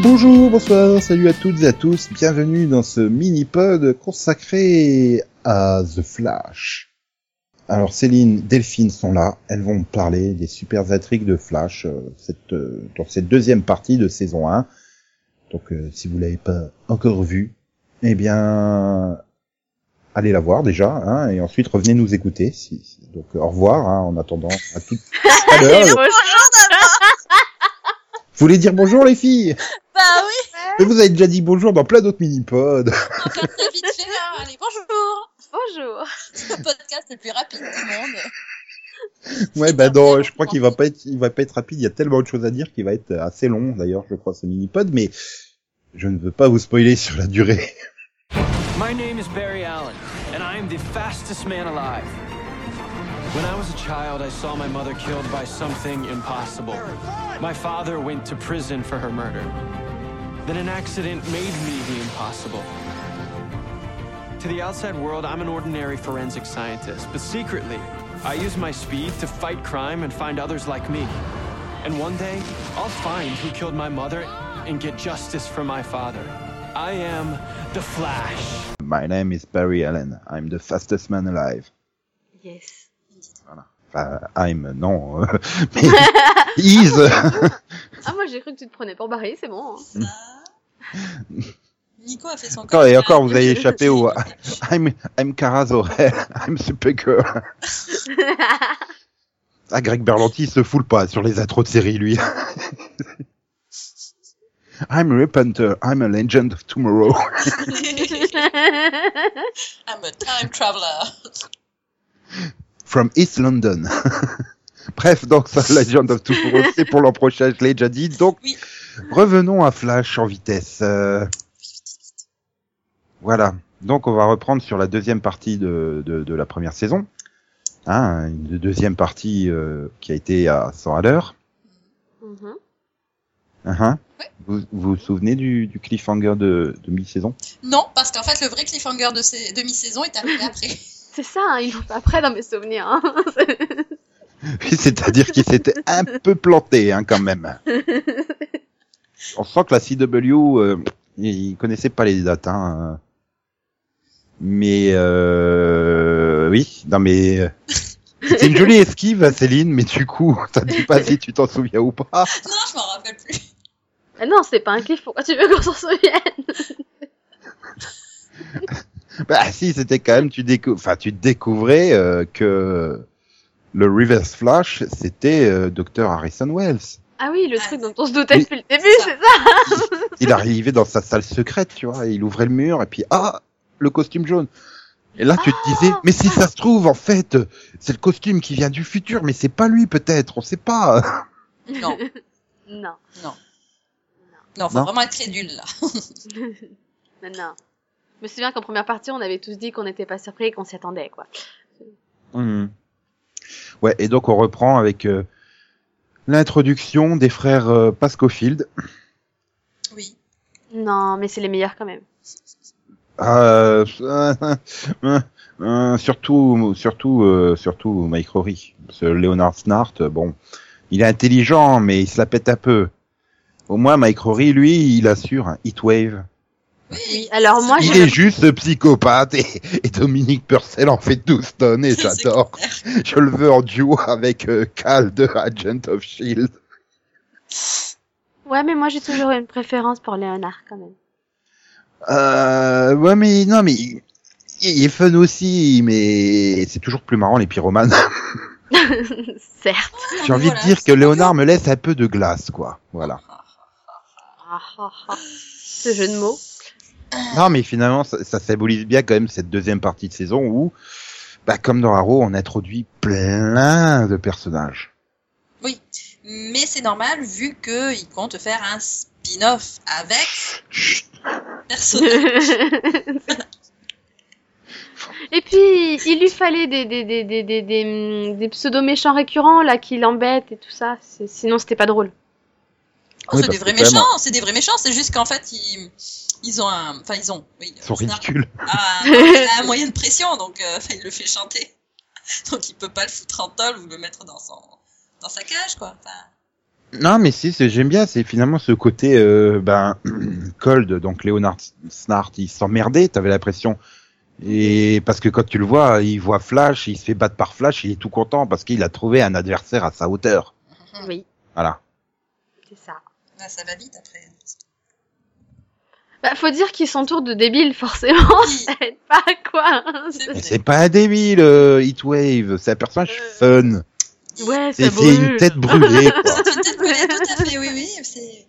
Bonjour, bonsoir, salut à toutes et à tous, bienvenue dans ce mini-pod consacré à The Flash. Alors Céline, Delphine sont là, elles vont parler des super intrigues de Flash euh, cette, euh, dans cette deuxième partie de saison 1. Donc euh, si vous l'avez pas encore vue, eh bien allez la voir déjà, hein, et ensuite revenez nous écouter. si- si- Donc au revoir, hein, en attendant à tout à l'heure. Vous voulez dire bonjour les filles Bah oui, Mais vous avez déjà dit bonjour dans plein d'autres mini-pods. encore très vite fait. hein. Allez, bonjour. Bonjour. Le podcast le plus rapide du monde. Ouais, bah non, euh, je crois qu'il va pas être, il va pas être rapide. Il y a tellement de choses à dire qu'il va être assez long, d'ailleurs, je crois, ce mini-pod, mais je ne veux pas vous spoiler sur la durée. My name is Barry Allen, and I am the fastest man alive. When I was a child, I saw my mother killed by something impossible. My father went to prison for her murder. Then an accident made me the impossible. To the outside world, I'm an ordinary forensic scientist, but secretly, I use my speed to fight crime and find others like me. And one day, I'll find who killed my mother and get justice for my father. I am the Flash. My name is Barry Allen. I'm the fastest man alive. Yes. Enfin, I'm, euh, non, euh, mais is. Ah, moi j'ai cru que tu te prenais pour Barry, c'est bon. hein. Nico a fait son Encore et commentaire. encore, vous avez échappé au I'm, I'm Cara Zor-El. I'm Supergirl. hein. Ah, Greg Berlanti il se foule pas sur les atros de série, lui. I'm Repenter. I'm a legend of tomorrow. I'm a time traveler. From East London. Bref, donc ça, Legend of Tomorrow, c'est pour l'an prochain, je l'ai déjà dit. Donc, Oui. revenons à Flash en vitesse. Euh, Voilà. Donc, on va reprendre sur la deuxième partie de, de, de la première saison. Hein, une deuxième partie euh, qui a été à 100 à l'heure. Mhm. Hein, hein. Ouais. Vous, vous vous souvenez du, du cliffhanger de, de mi-saison Non, parce qu'en fait, le vrai cliffhanger de ces demi-saison est arrivé après. C'est ça, hein, ils vont pas après dans mes souvenirs. hein. C'est-à-dire qu'il s'était un peu planté, hein, quand même. On sent que la CW, euh, il connaissait pas les dates, hein. Mais, euh, oui, non mais, euh, c'est une jolie esquive, hein, Céline, mais du coup, ça ne dit pas si tu t'en souviens ou pas. Non, je m'en rappelle plus. Ah non, c'est pas un cliff, pourquoi tu veux qu'on s'en souvienne Bah si, c'était quand même, tu décou- enfin, tu découvrais euh, que le Reverse Flash, c'était euh, Dr. Harrison Wells. Ah oui, le Ah, truc dont on se doutait oui, depuis le début, c'est ça. c'est ça il arrivait dans sa salle secrète, tu vois, et il ouvrait le mur, et puis, ah, le costume jaune. Et là, tu te disais, mais si ça se trouve, en fait, c'est le costume qui vient du futur, mais c'est pas lui, peut-être, on sait pas. Non, Non, non, faut Non. vraiment être crédule là. non, non. Je me souviens qu'en première partie, on avait tous dit qu'on n'était pas surpris et qu'on s'y attendait, quoi. Ouais, et donc, on reprend avec euh, l'introduction des frères euh, Pascofield. Oui. Non, mais c'est les meilleurs quand même. Euh, euh, euh, surtout, surtout, euh, surtout Mike Rory. Ce Leonard Snart, euh, bon, il est intelligent, mais il se la pète un peu. Au moins, Mike Rory, lui, il assure un heat wave. Oui. Alors moi, il je est juste psychopathe et, et Dominique Purcell en fait 12 tonnes et C'est j'adore. Je le veux en duo avec euh, Cal de Agent of Shield. Ouais, mais moi, j'ai toujours eu une préférence pour Léonard quand même. Euh, ouais, mais non, mais il, il est fun aussi, mais c'est toujours plus marrant les pyromanes. Certes. Ah, J'ai envie de dire que Léonard me laisse un peu de glace, quoi. Voilà. Ah, ah, ah. Ce jeu de mots. Non, mais finalement, ça, ça symbolise bien quand même cette deuxième partie de saison où, bah, comme dans Arrow, on introduit plein de personnages. Oui, mais c'est normal vu qu'il compte faire un spin-off avec Chut. personne. Et puis, il lui fallait des, des, des, des, des, des, hum, des pseudo-méchants récurrents, là, qui l'embêtent et tout ça. C'est- Sinon, c'était pas drôle. Oh, Oui, parce c'est des vrais que quand même- méchants, c'est des vrais méchants, c'est juste qu'en fait ils, ils ont un. Enfin, ils ont. Oui, Ils sont Snark ridicules. a un, il a un moyen de pression, donc euh, enfin, il le fait chanter. Donc il peut pas le foutre en tol ou le mettre dans, son, dans sa cage, quoi. Enfin, Non, mais si, c'est- j'aime bien, c'est finalement ce côté, euh, ben, cold, donc Leonard Snart, il s'emmerdait, t'avais l'impression. Et parce que quand tu le vois, il voit Flash, il se fait battre par Flash, il est tout content parce qu'il a trouvé un adversaire à sa hauteur. Oui, Voilà. c'est ça. Là, ça va vite après. Bah, faut dire qu'ils s'entourent de débiles, forcément. ça aide pas, quoi. hein. C'est- Mais c'est pas un débile, euh, Heatwave, c'est un personnage fun. Ouais, ça C'est c'est une brûle. tête brûlée, quoi. C'est une tête brûlée, tout à fait, oui, oui. c'est-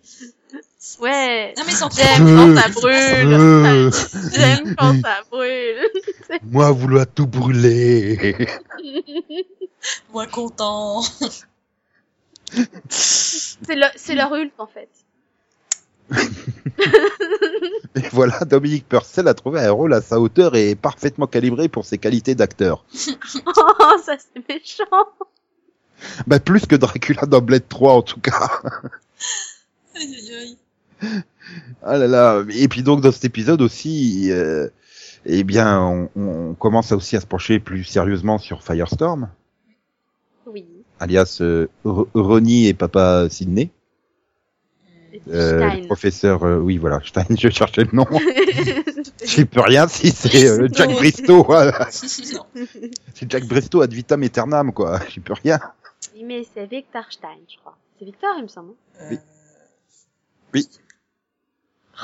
Ouais. Non, mais sans J'aime Brûle. quand ça brûle. Euh, J'aime quand ça Mmh. brûle. moi vouloir tout brûler. moins content. C'est le- c'est leur ult, en fait. Et voilà, Dominique Purcell a trouvé un rôle à sa hauteur et parfaitement calibré pour ses qualités d'acteur. Oh, ça, c'est méchant. Bah, plus que Dracula dans Blade 3, en tout cas. Aïe, aïe, aïe. Ah là là. Et puis donc, dans cet épisode aussi, euh, eh bien, on, on commence aussi à se pencher plus sérieusement sur Firestorm, Oui. alias euh, R- Ronnie et Papa Sidney. Et Euh, le Stein. professeur, euh, oui, voilà, Stein, je cherchais le nom. Tout J'y peux rien si c'est euh, Jack Non. Bristow. voilà. à fait. Non. C'est Jack Bristow ad vitam aeternam, quoi. J'y peux rien. Oui, mais c'est Victor Stein, je crois. C'est Victor, il me semble. hein. Oui. Euh,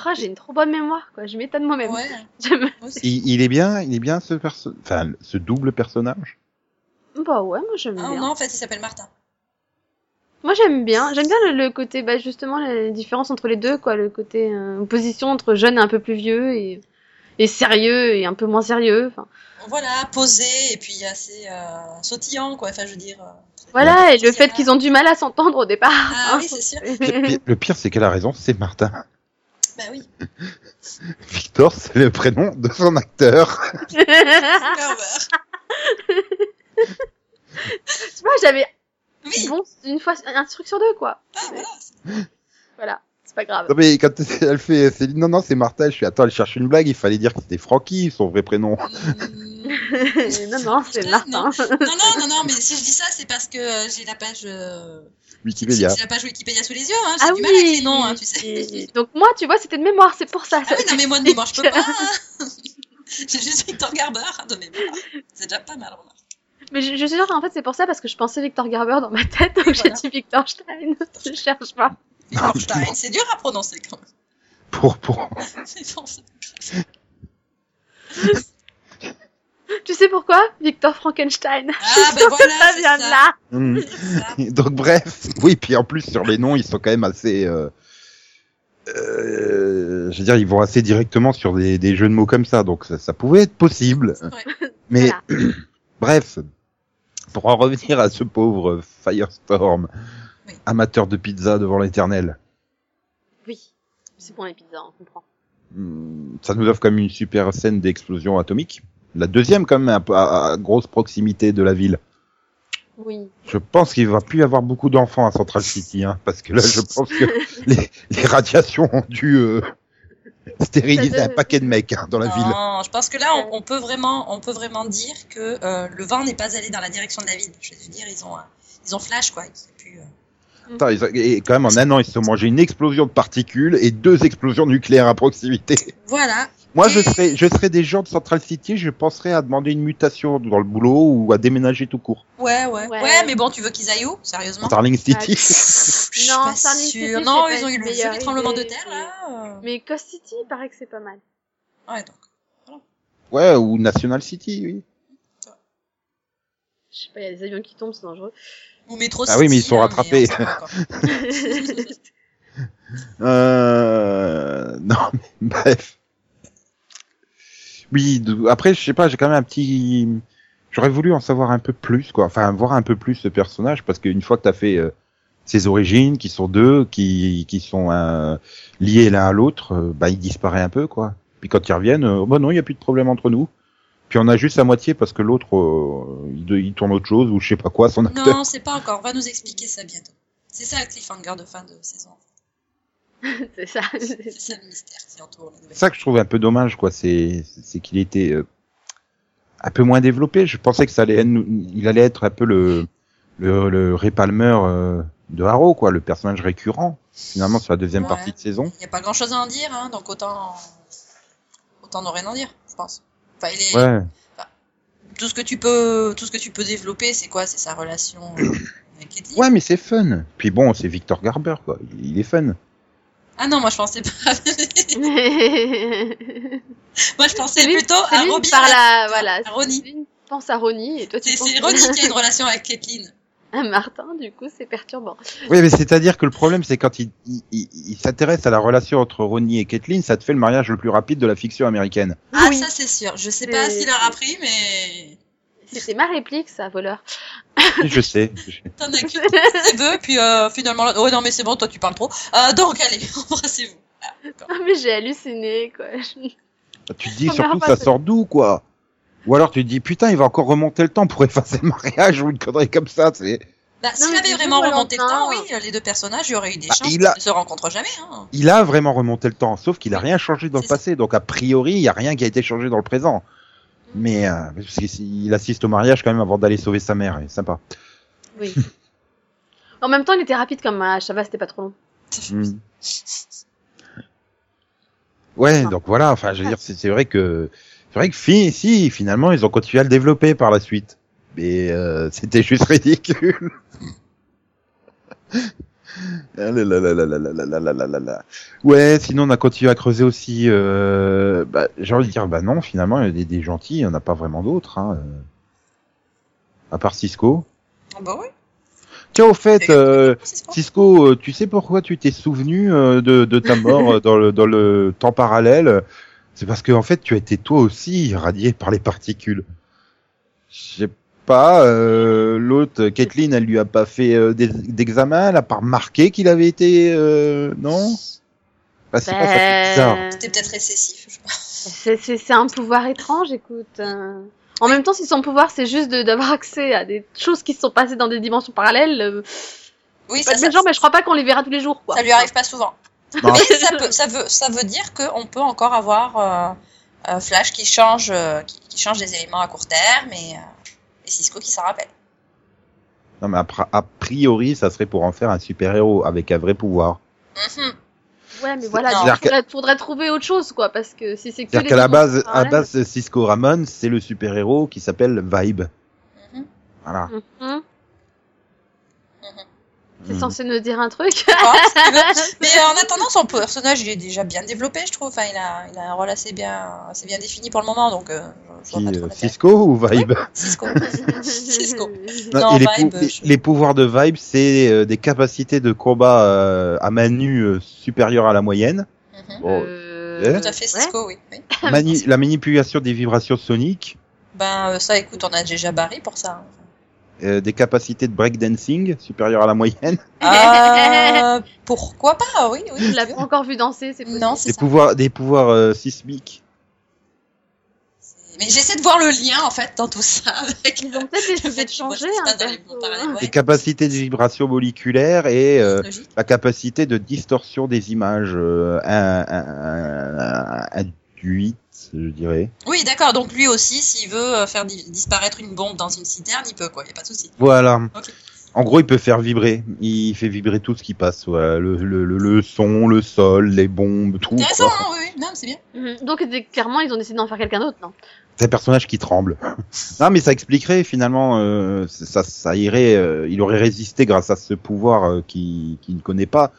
Oh, j'ai une trop bonne mémoire, quoi. Je m'étonne moi-même. Ouais. Je me- moi aussi. Il, il est bien, il est bien ce perso, enfin, ce double personnage. Bah ouais, moi j'aime Ah bien. non, en fait, il s'appelle Martin. Moi j'aime bien. J'aime bien le, le côté, bah justement, la différence entre les deux, quoi. Le côté euh, opposition entre jeune et un peu plus vieux et, et sérieux et un peu moins sérieux. Enfin, Voilà, posé et puis assez euh, sautillant, quoi. Enfin, je veux dire. euh, très- voilà, et le c'est fait ça. qu'ils ont du mal à s'entendre au départ. Ah oui, c'est sûr. Le pire, le pire, c'est qu'elle a raison, c'est Martin. Bah oui. Victor, c'est le prénom de son acteur. ah. Clover. Tu vois, j'avais Oui. bon une fois un truc sur deux, quoi. Ah, voilà. Voilà, c'est pas grave. Non mais quand elle fait, Céline, non non c'est Martin, je suis attends, elle cherche une blague, il fallait dire que c'était Francky, son vrai prénom. Mm. non, non, c'est hein. Martin. Non, non, non, non, mais si je dis ça, c'est parce que euh, j'ai la page. euh, Wikipédia. J'ai la page Wikipédia sous les yeux, Ah hein. J'ai du mal avec les noms, hein, tu sais. Donc moi, tu vois, c'était de mémoire, c'est pour ça. Ah oui, non, mais moi de mémoire, je peux pas. hein. J'ai juste Victor Garber hein, de mémoire. C'est déjà pas mal, remarque. Mais je, je suis sûre qu'en fait c'est pour ça parce que je pensais Victor Garber dans ma tête donc j'ai voilà. dit Victor Stein. je cherche pas. Non, Putain, c'est dur à prononcer quand même. pour pour. C'est pour ça. Ah, Tu sais pourquoi Victor Frankenstein. Ah, ben voilà, ça c'est vient de ça. là. Hmm. C'est ça. Donc bref, oui puis en plus sur les noms ils sont quand même assez, euh, euh, je veux dire ils vont assez directement sur des, des jeux de mots comme ça, donc ça, ça pouvait être possible. Ouais. Mais bref, pour en revenir à ce pauvre Firestorm, Oui. amateur de pizza devant l'éternel. Oui, c'est pour les pizzas, on comprend. Hmm, ça nous offre comme une super scène d'explosion atomique. La deuxième, quand même, à, à- à grosse proximité de la ville. Oui. Je pense qu'il va plus y avoir beaucoup d'enfants à Central City, hein, parce que là, je pense que les, les radiations ont dû euh, stériliser Ça un donne- paquet de mecs hein, dans la ville. Non, je pense que là, on, on peut vraiment, on peut vraiment dire que euh, le vent n'est pas allé dans la direction de la ville. Je veux dire, ils ont, euh, ils ont flash quoi. Ils ont pu, euh, Attends, ils ont- et quand même, en un an, ils se sont mangés une explosion de particules et deux explosions nucléaires à proximité. Voilà. Moi, je serais, je serais des gens de Central City, je penserais à demander une mutation dans le boulot ou à déménager tout court. Ouais, ouais, Ouais. ouais. mais bon, tu veux qu'ils aillent où, sérieusement Starling City. Je suis Non, pas Starling City, sûre. c'est Non, pas ils ont une eu le meilleure joli tremblement de idée, terre là. euh. Mais Coast City, il paraît que c'est pas mal. Ouais, donc. Ouais, ou National City, oui. Je sais pas, il y a des avions qui tombent, c'est dangereux. Ou métro. Ah oui, mais ils City, sont hein, rattrapés. mais on sait pas, quoi. Euh... Non, mais bref. Oui, d- après, je sais pas, j'ai quand même un petit... J'aurais voulu en savoir un peu plus, quoi. Enfin, voir un peu plus ce personnage, parce qu'une fois que t'as fait euh, ses origines, qui sont deux, qui, qui sont euh, liés l'un à l'autre, euh, bah, il disparaît un peu, quoi. Puis quand ils reviennent, euh, bah non, il y a plus de problème entre nous. Puis on a juste à moitié parce que l'autre, euh, il, il tourne autre chose, ou je sais pas quoi, son acteur. non, c'est pas encore. On va nous expliquer ça bientôt. C'est ça le cliffhanger de fin de saison. c'est ça. C'est ça le mystère qui entoure la nouvelle. C'est ça que je trouve un peu dommage, quoi. C'est, c'est qu'il était euh, un peu moins développé. Je pensais que ça allait, être- il allait être un peu le, le, le Ray Palmer euh, de Haro, quoi, le personnage récurrent finalement sur la deuxième Ouais. partie de saison. Il n'y a pas grand chose à en dire, hein, donc autant. Autant ne rien en dire, je pense. Enfin, il est- Ouais. tout, ce que tu peux, tout ce que tu peux développer, c'est quoi C'est sa relation euh, avec Eddie Ouais, mais c'est fun. Puis bon, c'est Victor Garber, quoi. Il, il est fun. Ah non, moi je pensais pas. c'est moi je pensais lui- plutôt à lui qui Robin. parle à- à- voilà. à Ronnie. Lui pense à Ronnie et toi tu C'est penses c'est Ronnie qui a une relation avec Kathleen. à Martin, du coup c'est perturbant. Oui, mais c'est-à-dire que le problème, c'est quand il, il, il- il s'intéresse à la relation entre Ronnie et Kathleen, ça te fait le mariage le plus rapide de la fiction américaine. Ah, oui, ça c'est sûr. Je sais pas C'est- s'il aura appris, mais. c'était ma réplique ça, voleur. Oui, je sais. T'en as qu'une qui veut, puis euh, finalement. là- Ouais, non, mais c'est bon, toi tu parles trop. Euh, donc allez, embrassez-vous. Ah, mais j'ai halluciné quoi. Je- Tu te Ah, dis On verra surtout, pas ça ça. sort d'où, quoi Ou alors tu te dis, putain, il va encore remonter le temps pour effacer le mariage ou une connerie comme ça. C'est... Bah, s'il mais avait du coup, vraiment remonté le temps, oui, euh, Valentin- les deux personnages, il y aurait eu des Bah, chances. il a- Ils ne se rencontrent jamais. Hein. Il a vraiment remonté le temps, sauf qu'il a rien changé dans le C'est ça. passé. Donc, a priori, il y a rien qui a été changé dans le présent. Mais euh, parce qu'il- il assiste au mariage quand même avant d'aller sauver sa mère. et sympa. Oui. En même temps il était rapide comme un ça va c'était pas trop long. Mmh. Mm. Ouais, Enfin. donc voilà, enfin, je veux dire, c'est c'est vrai que, c'est vrai que fi- si, finalement, ils ont continué à le développer par la suite. Mais euh, c'était juste ridicule. Ah là là là là là là là là là là là là. Ouais, sinon on a continué à creuser aussi. Euh, bah, J'ai envie de dire, bah non, finalement, il y a des, des gentils, il n'y en a pas vraiment d'autres. Hein, euh, à part Cisco. Ah bah oui. Tiens, au fait, euh, C'est ce qu'on- Cisco, euh, tu sais pourquoi tu t'es souvenu euh, de, de ta mort euh, dans, le, dans le temps parallèle C'est parce que en fait, tu as été toi aussi irradié par les particules. Je sais pas, euh, l'autre, euh, Kathleen, elle lui a pas fait euh, des- d'examen, elle a pas remarqué qu'il avait été... euh, non Bah, c'est pas ça, c'est bizarre. Ben, C'était peut-être récessif. Je sais pas. C'est c'est- c'est un pouvoir étrange, écoute. euh. En même temps, si son pouvoir, c'est juste de- d'avoir accès à des choses qui se sont passées dans des dimensions parallèles, euh, Oui, pas ça, de ça, belles gens, Bah, mais je crois pas qu'on les verra tous les jours, quoi. ça lui arrive pas souvent. Non. Mais ça, peut- ça veut, ça veut dire qu'on peut encore avoir euh, euh, Flash qui change, euh, qui, qui change des éléments à court terme et, euh, et Cisco qui s'en rappelle. Non, mais après- a priori, ça serait pour en faire un super-héros avec un vrai pouvoir. Mhm. Ouais, mais voilà, Non. il C'est-à-dire que- faudrait, faudrait trouver autre chose, quoi, parce que si c'est que. C'est-à-dire les qu'à la dimensions base, à la parallèles- base, Cisco Ramon, c'est le super-héros qui s'appelle Vibe. Mhm. Voilà. Mhm. Mhm. C'est Mhm. censé nous dire un truc. Ah, c'est bien. Mais euh, en attendant, son personnage il est déjà bien développé, je trouve. Enfin, il a, il a un rôle assez bien, assez bien défini pour le moment, donc euh, je, je vois Qui, pas euh, trop l'intérêt. Cisco ou Vibe Cisco. Cisco. Non, Non, et les, Vibe, pou- je- les pouvoirs de Vibe, c'est euh, des capacités de combat euh, à main nue euh, supérieures à la moyenne. Mhm. Bon, Euh, Tout à fait, ouais. Cisco, oui. oui. mani- la manipulation des vibrations soniques, Ben, euh, ça, écoute, on a déjà barré pour ça. hein. euh, des capacités de breakdancing supérieures à la moyenne, Euh, pourquoi pas, oui, oui. Je si l'ai tu pas veux. encore vu danser, c'est possible. Non, des c'est ça. pouvoirs, des pouvoirs euh, sismiques. Mais j'essaie de voir le lien, en fait, dans tout ça. Avec Ils ont peut-être Le décidé fait de qu'ils voient changer, ça hein, dans les bons perso, parallèles, hein. ouais. Des capacités de vibration moléculaire et euh, logique. la capacité de distorsion des images euh, un- un- un- induite, je dirais. Oui, d'accord. Donc lui aussi, s'il veut euh, faire di- disparaître une bombe dans une citerne, il peut, quoi. Il n'y a pas de souci. Voilà. Ok. En gros, il peut faire vibrer. Il fait vibrer tout ce qui passe. voilà. Le, le, le, le son, le sol, les bombes, tout. Intéressant, quoi. hein, oui, oui. Non, mais c'est bien. Mhm. Donc, c'est- clairement, ils ont décidé d'en faire quelqu'un d'autre, non C'est un personnage qui tremble. non, mais ça expliquerait finalement. euh, ça, ça irait. euh, il aurait résisté grâce à ce pouvoir euh, qui qu'il ne connaît pas.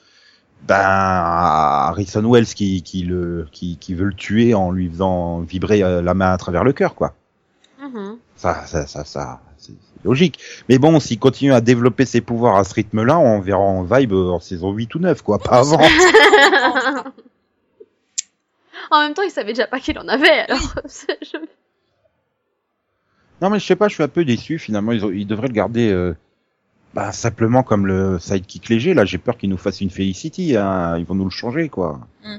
Ben Harrison Wells qui qui le qui, qui veut le tuer en lui faisant vibrer euh, la main à travers le cœur, quoi. Mhm. Ça, ça, ça, ça, c'est c'est logique. Mais bon, s'il continue à développer ses pouvoirs à ce rythme-là, on verra en vibe euh, en saison 8 ou 9, quoi, pas avant. En même temps, il savait déjà pas qu'il en avait, alors. c'est- je- Non, mais je sais pas, je suis un peu déçu, finalement, ils, ont- ils devraient le garder, euh, bah, simplement comme le sidekick léger, là, j'ai peur qu'il nous fasse une Felicity, hein, ils vont nous le changer, quoi. Mm.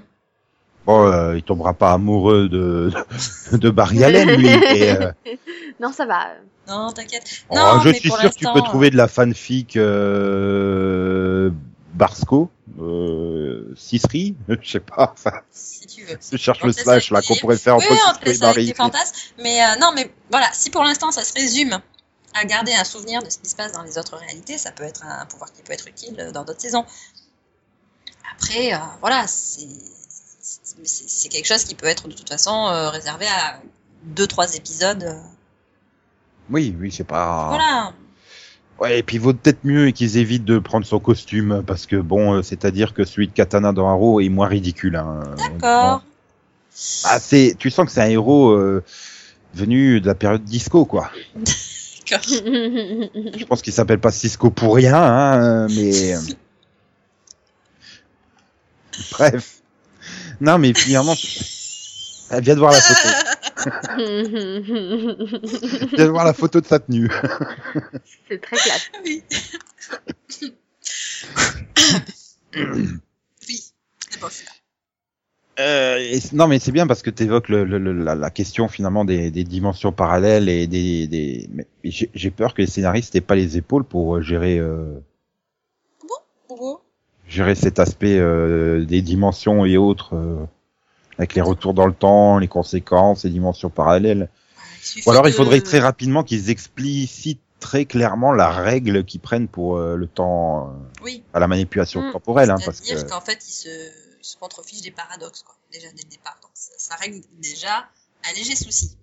Bon, euh, il tombera pas amoureux de, de Barry Allen, lui, et, euh, Non, ça va. Non, t'inquiète. oh, Non, je mais suis pour sûr que tu l'instant, peux euh, trouver de la fanfic, euh, Barsco, euh, Cissry, je sais pas, enfin, Si tu veux. Je cherche Donc, le c'est slash ça là qui- qu'on pourrait faire Oui, entre oui, on Cisco te laisse et avec tes Barry. fantasmes. Mais euh, non, mais voilà, si pour l'instant ça se résume à garder un souvenir de ce qui se passe dans les autres réalités, ça peut être un pouvoir qui peut être utile dans d'autres saisons. Après, euh, voilà, c'est c'est- c'est quelque chose qui peut être de toute façon euh, réservé à deux trois épisodes. euh, Oui, oui, c'est pas. Voilà. Ouais, et puis il vaut peut-être mieux qu'ils évitent de prendre son costume parce que bon, euh, c'est-à-dire que celui de Katana dans Haro est moins ridicule. Hein, euh, D'accord. honnêtement. Ah, c'est, tu sens que c'est un héros euh, venu de la période disco, quoi. Je pense qu'il s'appelle pas Cisco pour rien, hein, euh, mais bref. Non, mais finalement, elle vient de voir la photo. Viens de voir la photo de sa tenue. c'est très classe. oui. oui. C'est pas celui-là. Euh, et c- non, mais c'est bien parce que tu évoques le, le- le- la, la question finalement des, des dimensions parallèles et des. des... mais J'ai j'ai peur que les scénaristes n'aient pas les épaules pour euh, gérer euh, Hugo gérer cet aspect euh, des dimensions et autres euh, avec les retours dans le temps, les conséquences, les dimensions parallèles. suffit Ou alors il de- faudrait très rapidement qu'ils explicitent très clairement la règle qu'ils prennent pour euh, le temps euh, Oui. à la manipulation Mm. temporelle, hein, parce que C'est-à-dire qu'en fait, ils se, ils se contrefichent des paradoxes, quoi, déjà dès le départ. Donc ça, ça règle déjà un léger souci.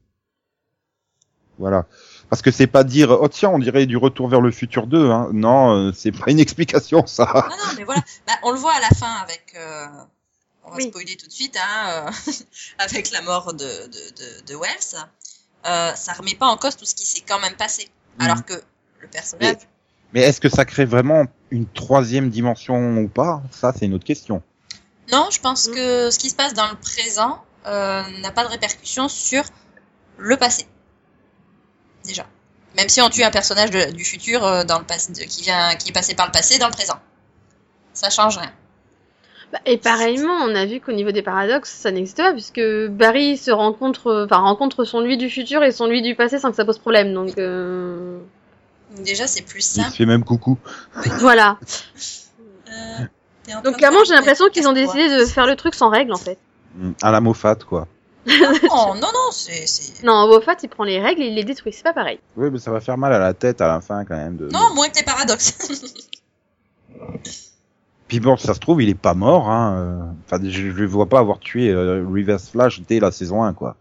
Voilà. Parce que c'est pas dire, oh tiens, on dirait du retour vers le futur 2, hein. Non, euh, c'est pas une explication, ça. Non, non, mais voilà. Bah, on le voit à la fin avec. euh, on va Oui. spoiler tout de suite, hein, euh, avec la mort de, de, de, de Wells. Euh, ça remet pas en cause tout ce qui s'est quand même passé. Alors que le personnage. Mais est-ce que ça crée vraiment une troisième dimension ou pas? Ça, c'est une autre question. Non, je pense Mm. que ce qui se passe dans le présent euh, n'a pas de répercussion sur le passé. Déjà. Même si on tue un personnage de- du futur euh, dans le passé, de- qui vient, qui est passé par le passé dans le présent, ça change rien. Bah, et pareillement, on a vu qu'au niveau des paradoxes, ça n'existe pas, puisque Barry se rencontre, enfin, rencontre son lui du futur et son lui du passé sans que ça pose problème, donc euh, Donc déjà, c'est plus Il simple. se fait même coucou. voilà. Euh, t'es en train Donc de clairement, faire j'ai l'impression une qu'ils ont casse-toi. décidé de faire le truc sans règles, en fait. Mm, À la Moffat, quoi. Non, non, non, c'est. c'est- Non, Wofat, il prend les règles et il les détruit, c'est pas pareil. Oui, mais ça va faire mal à la tête à la fin, quand même. De... Non, moins que les paradoxes. Puis bon, ça se trouve, il est pas mort, hein. euh. Enfin, je, je le vois pas avoir tué euh, Reverse Flash dès la saison 1, quoi.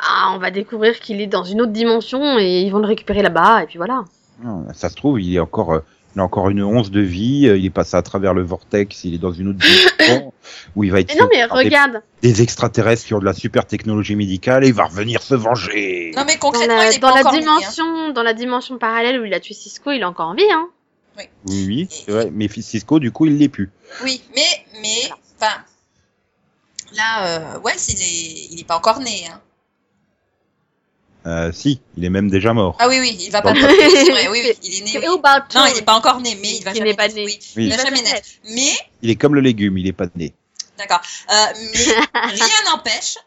Ah, on va découvrir qu'il est dans une autre dimension et ils vont le récupérer là-bas, et puis voilà. Non, ça se trouve, il est encore, euh, il a encore une once de vie, euh, il est passé à travers le vortex, il est dans une autre dimension, où il va être Mais non, sauvé Ah, mais par des regarde, des extraterrestres qui ont de la super technologie médicale et il va revenir se venger. Non, mais dans concrètement, la, il est dans pas la encore né, hein. dimension, dans la dimension parallèle où il a tué Cisco, il est encore en vie, hein. Oui, oui, c'est vrai. Mais Cisco, du coup, il l'est plus. hein. Oui, mais, mais, enfin, là, euh, Wells, il est, il est pas encore né. Hein. Euh, si, il est même déjà mort. Ah oui, oui, il va pas. Bon, naître, c'est vrai, oui, oui, il est né. C'est oui. about Non, time. il est pas encore né, mais il va Il jamais n'est pas naître, né. oui. Oui. Il Il va va jamais jamais naître. Mais, Il est comme le légume, il est pas de nez. d'accord. Euh, mais rien n'empêche,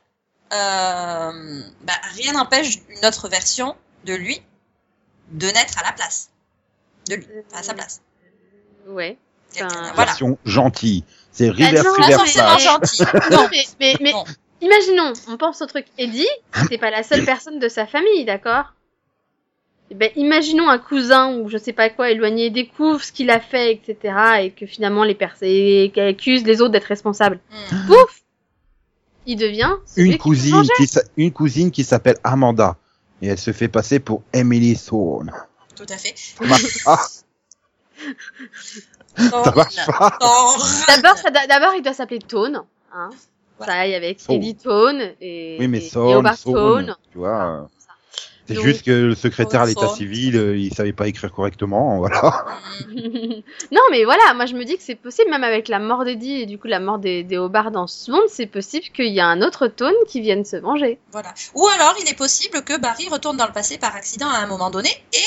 euh, bah, rien n'empêche une autre version de lui de naître à la place, de lui, à sa place. Ouais. Quelqu'un- Enfin, Ah, Voilà. Version gentille. C'est River non, Pas River forcément Flash. gentil. Non, Mais, mais, mais non. imaginons, on pense au truc Eddie, Hein c'est pas la seule personne de sa famille, d'accord Eh ben, imaginons un cousin ou je sais pas quoi éloigné découvre ce qu'il a fait, etc. et que finalement les personnes accusent les autres d'être responsables. Hmm. Pouf Il devient celui Une qui se cousine vengeait. qui, s'a- une cousine qui s'appelle Amanda. Et elle se fait passer pour Emily Thorne. Tout à fait. Ça marche pas. Ça marche pas. D'abord, ça- d'abord, il doit s'appeler Tone. Hein. Voilà. Ça y est, avec Saul. Eddie Tone et, Oh. Oui, mais et- et Thorne, Hobart Thorne. Tone. Tu vois. euh, C'est Donc- juste que le secrétaire à l'état Thorne. civil, euh, il savait pas écrire correctement, voilà. non, mais voilà, moi je me dis que c'est possible, même avec la mort d'Eddie et du coup la mort des, des Hobards dans ce monde, c'est possible qu'il y a un autre Tone qui vienne se venger. Voilà. Ou alors, il est possible que Barry retourne dans le passé par accident à un moment donné et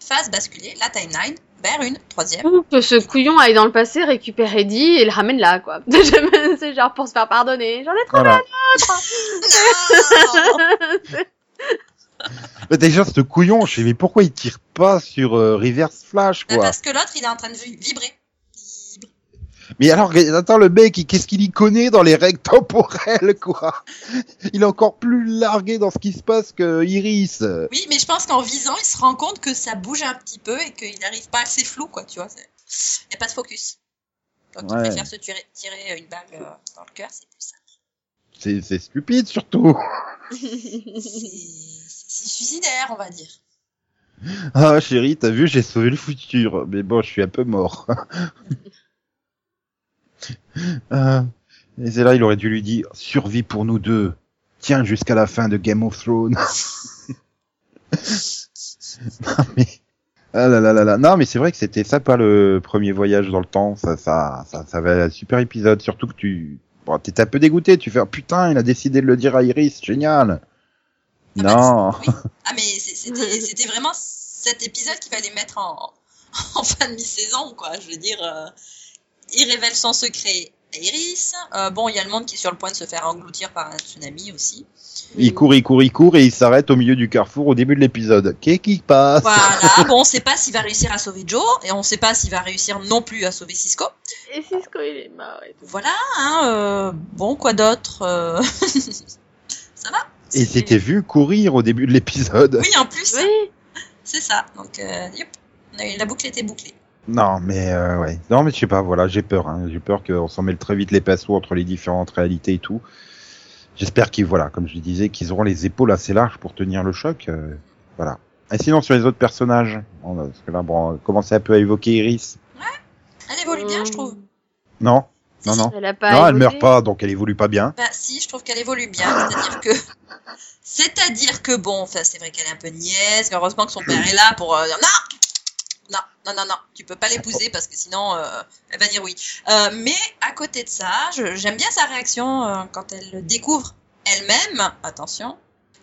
fasse basculer la timeline vers une troisième. Ou que ce couillon aille dans le passé, récupère Eddie et le ramène là, quoi. Je- c'est genre pour se faire pardonner. J'en ai trop voilà. Non Bah, déjà, ce couillon, je sais, mais pourquoi il tire pas sur euh, Reverse Flash, Bah, quoi Parce que l'autre, il est en train de vi- vibrer. Vibre. Mais alors, attends, le mec, il- qu'est-ce qu'il y connaît dans les règles temporelles, quoi Il est encore plus largué dans ce qui se passe que Iris. Oui, mais je pense qu'en visant, il se rend compte que ça bouge un petit peu et qu'il n'arrive pas assez flou, quoi, tu vois. c'est- Il n'y a pas de focus. Donc, Ouais. il préfère se tirer, tirer une balle euh, dans le cœur, c'est plus ça. C'est c'est stupide, surtout. C'est c'est suicidaire, on va dire. Ah, chérie, t'as vu, j'ai sauvé le futur. Mais bon, je suis un peu mort. Ah, et c'est là, il aurait dû lui dire, survie pour nous deux. Tiens, jusqu'à la fin de Game of Thrones. non, mais... Ah là là là là. Non, mais c'est vrai que c'était sympa le premier voyage dans le temps. Ça, ça, ça, ça va être un super épisode. Surtout que tu, bon, t'étais un peu dégoûté. Tu fais, Ah, putain, il a décidé de le dire à Iris. Génial. Ah bah, non. Oui. Ah, mais c'est- c'était c'était vraiment cet épisode qu'il fallait mettre en, en fin de mi-saison, quoi. Je veux dire, euh, il révèle son secret à Iris. Euh, bon, il y a le monde qui est sur le point de se faire engloutir par un tsunami aussi. Il court, il court, il court et il s'arrête au milieu du carrefour au début de l'épisode. Qu'est-ce qui passe Voilà, bon, on sait pas s'il va réussir à sauver Joe, et on sait pas s'il va réussir non plus à sauver Cisco. Et Cisco, il est mort. et tout. Voilà, hein, euh, bon, quoi d'autre euh, Ça va Et c'était vu courir au début de l'épisode. Oui, en plus, Oui. c'est ça. Donc, euh, yep, la boucle était bouclée. Non, mais euh, ouais. Non, mais je sais pas. Voilà, j'ai peur. Hein. J'ai peur qu'on s'en mêle très vite les pinceaux entre les différentes réalités et tout. J'espère qu'ils, voilà, comme je le disais, qu'ils auront les épaules assez larges pour tenir le choc. euh, voilà. Et sinon, sur les autres personnages, on a- parce que là, bon, on commençait un peu à évoquer Iris. Elle évolue bien, je trouve. Non, non, non. Elle a pas. non, elle évolué. meurt pas, donc elle évolue pas bien. Bah si, je trouve qu'elle évolue bien. C'est-à-dire que, c'est-à-dire que bon, enfin, c'est vrai qu'elle est un peu niaise. Mais heureusement que son père est là pour euh, dire non, non, non, non, non, tu peux pas l'épouser parce que sinon, euh, elle va dire oui. Euh, mais à côté de ça, je- j'aime bien sa réaction euh, quand elle découvre elle-même, attention,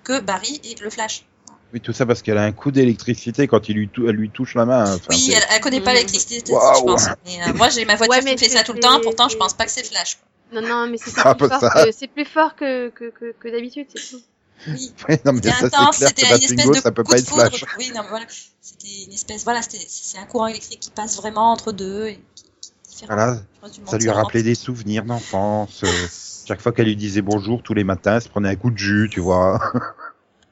que Barry est le Flash. Oui, tout ça parce qu'elle a un coup d'électricité quand il lui, tou- elle lui touche la main. hein. Enfin, oui, c'est- elle, elle connaît pas Mm. l'électricité, je Waouh. pense. Mais euh, moi, j'ai ma voiture Ouais, qui mais me fait c'est- ça tout le temps. c'est- Pourtant, je c'est- pense pas que c'est Flash. quoi. Non, non, mais c'est Ah, plus, bah, fort ça. que- c'est plus fort que, que, que, que d'habitude, c'est tout. Oui. Ouais, non, mais C'était ça, intense, c'est c'était clair une que espèce Batingo, de ça peut coup pas de être foudre. flash. Oui, non, mais voilà, c'était une espèce, voilà, c'était- c'est un courant électrique qui passe vraiment entre deux et qui, qui fait Voilà, quelque chose du ça monde lui a savant. rappelé des souvenirs d'enfance. euh, chaque fois qu'elle lui disait bonjour tous les matins, elle se prenait un coup de jus, tu vois.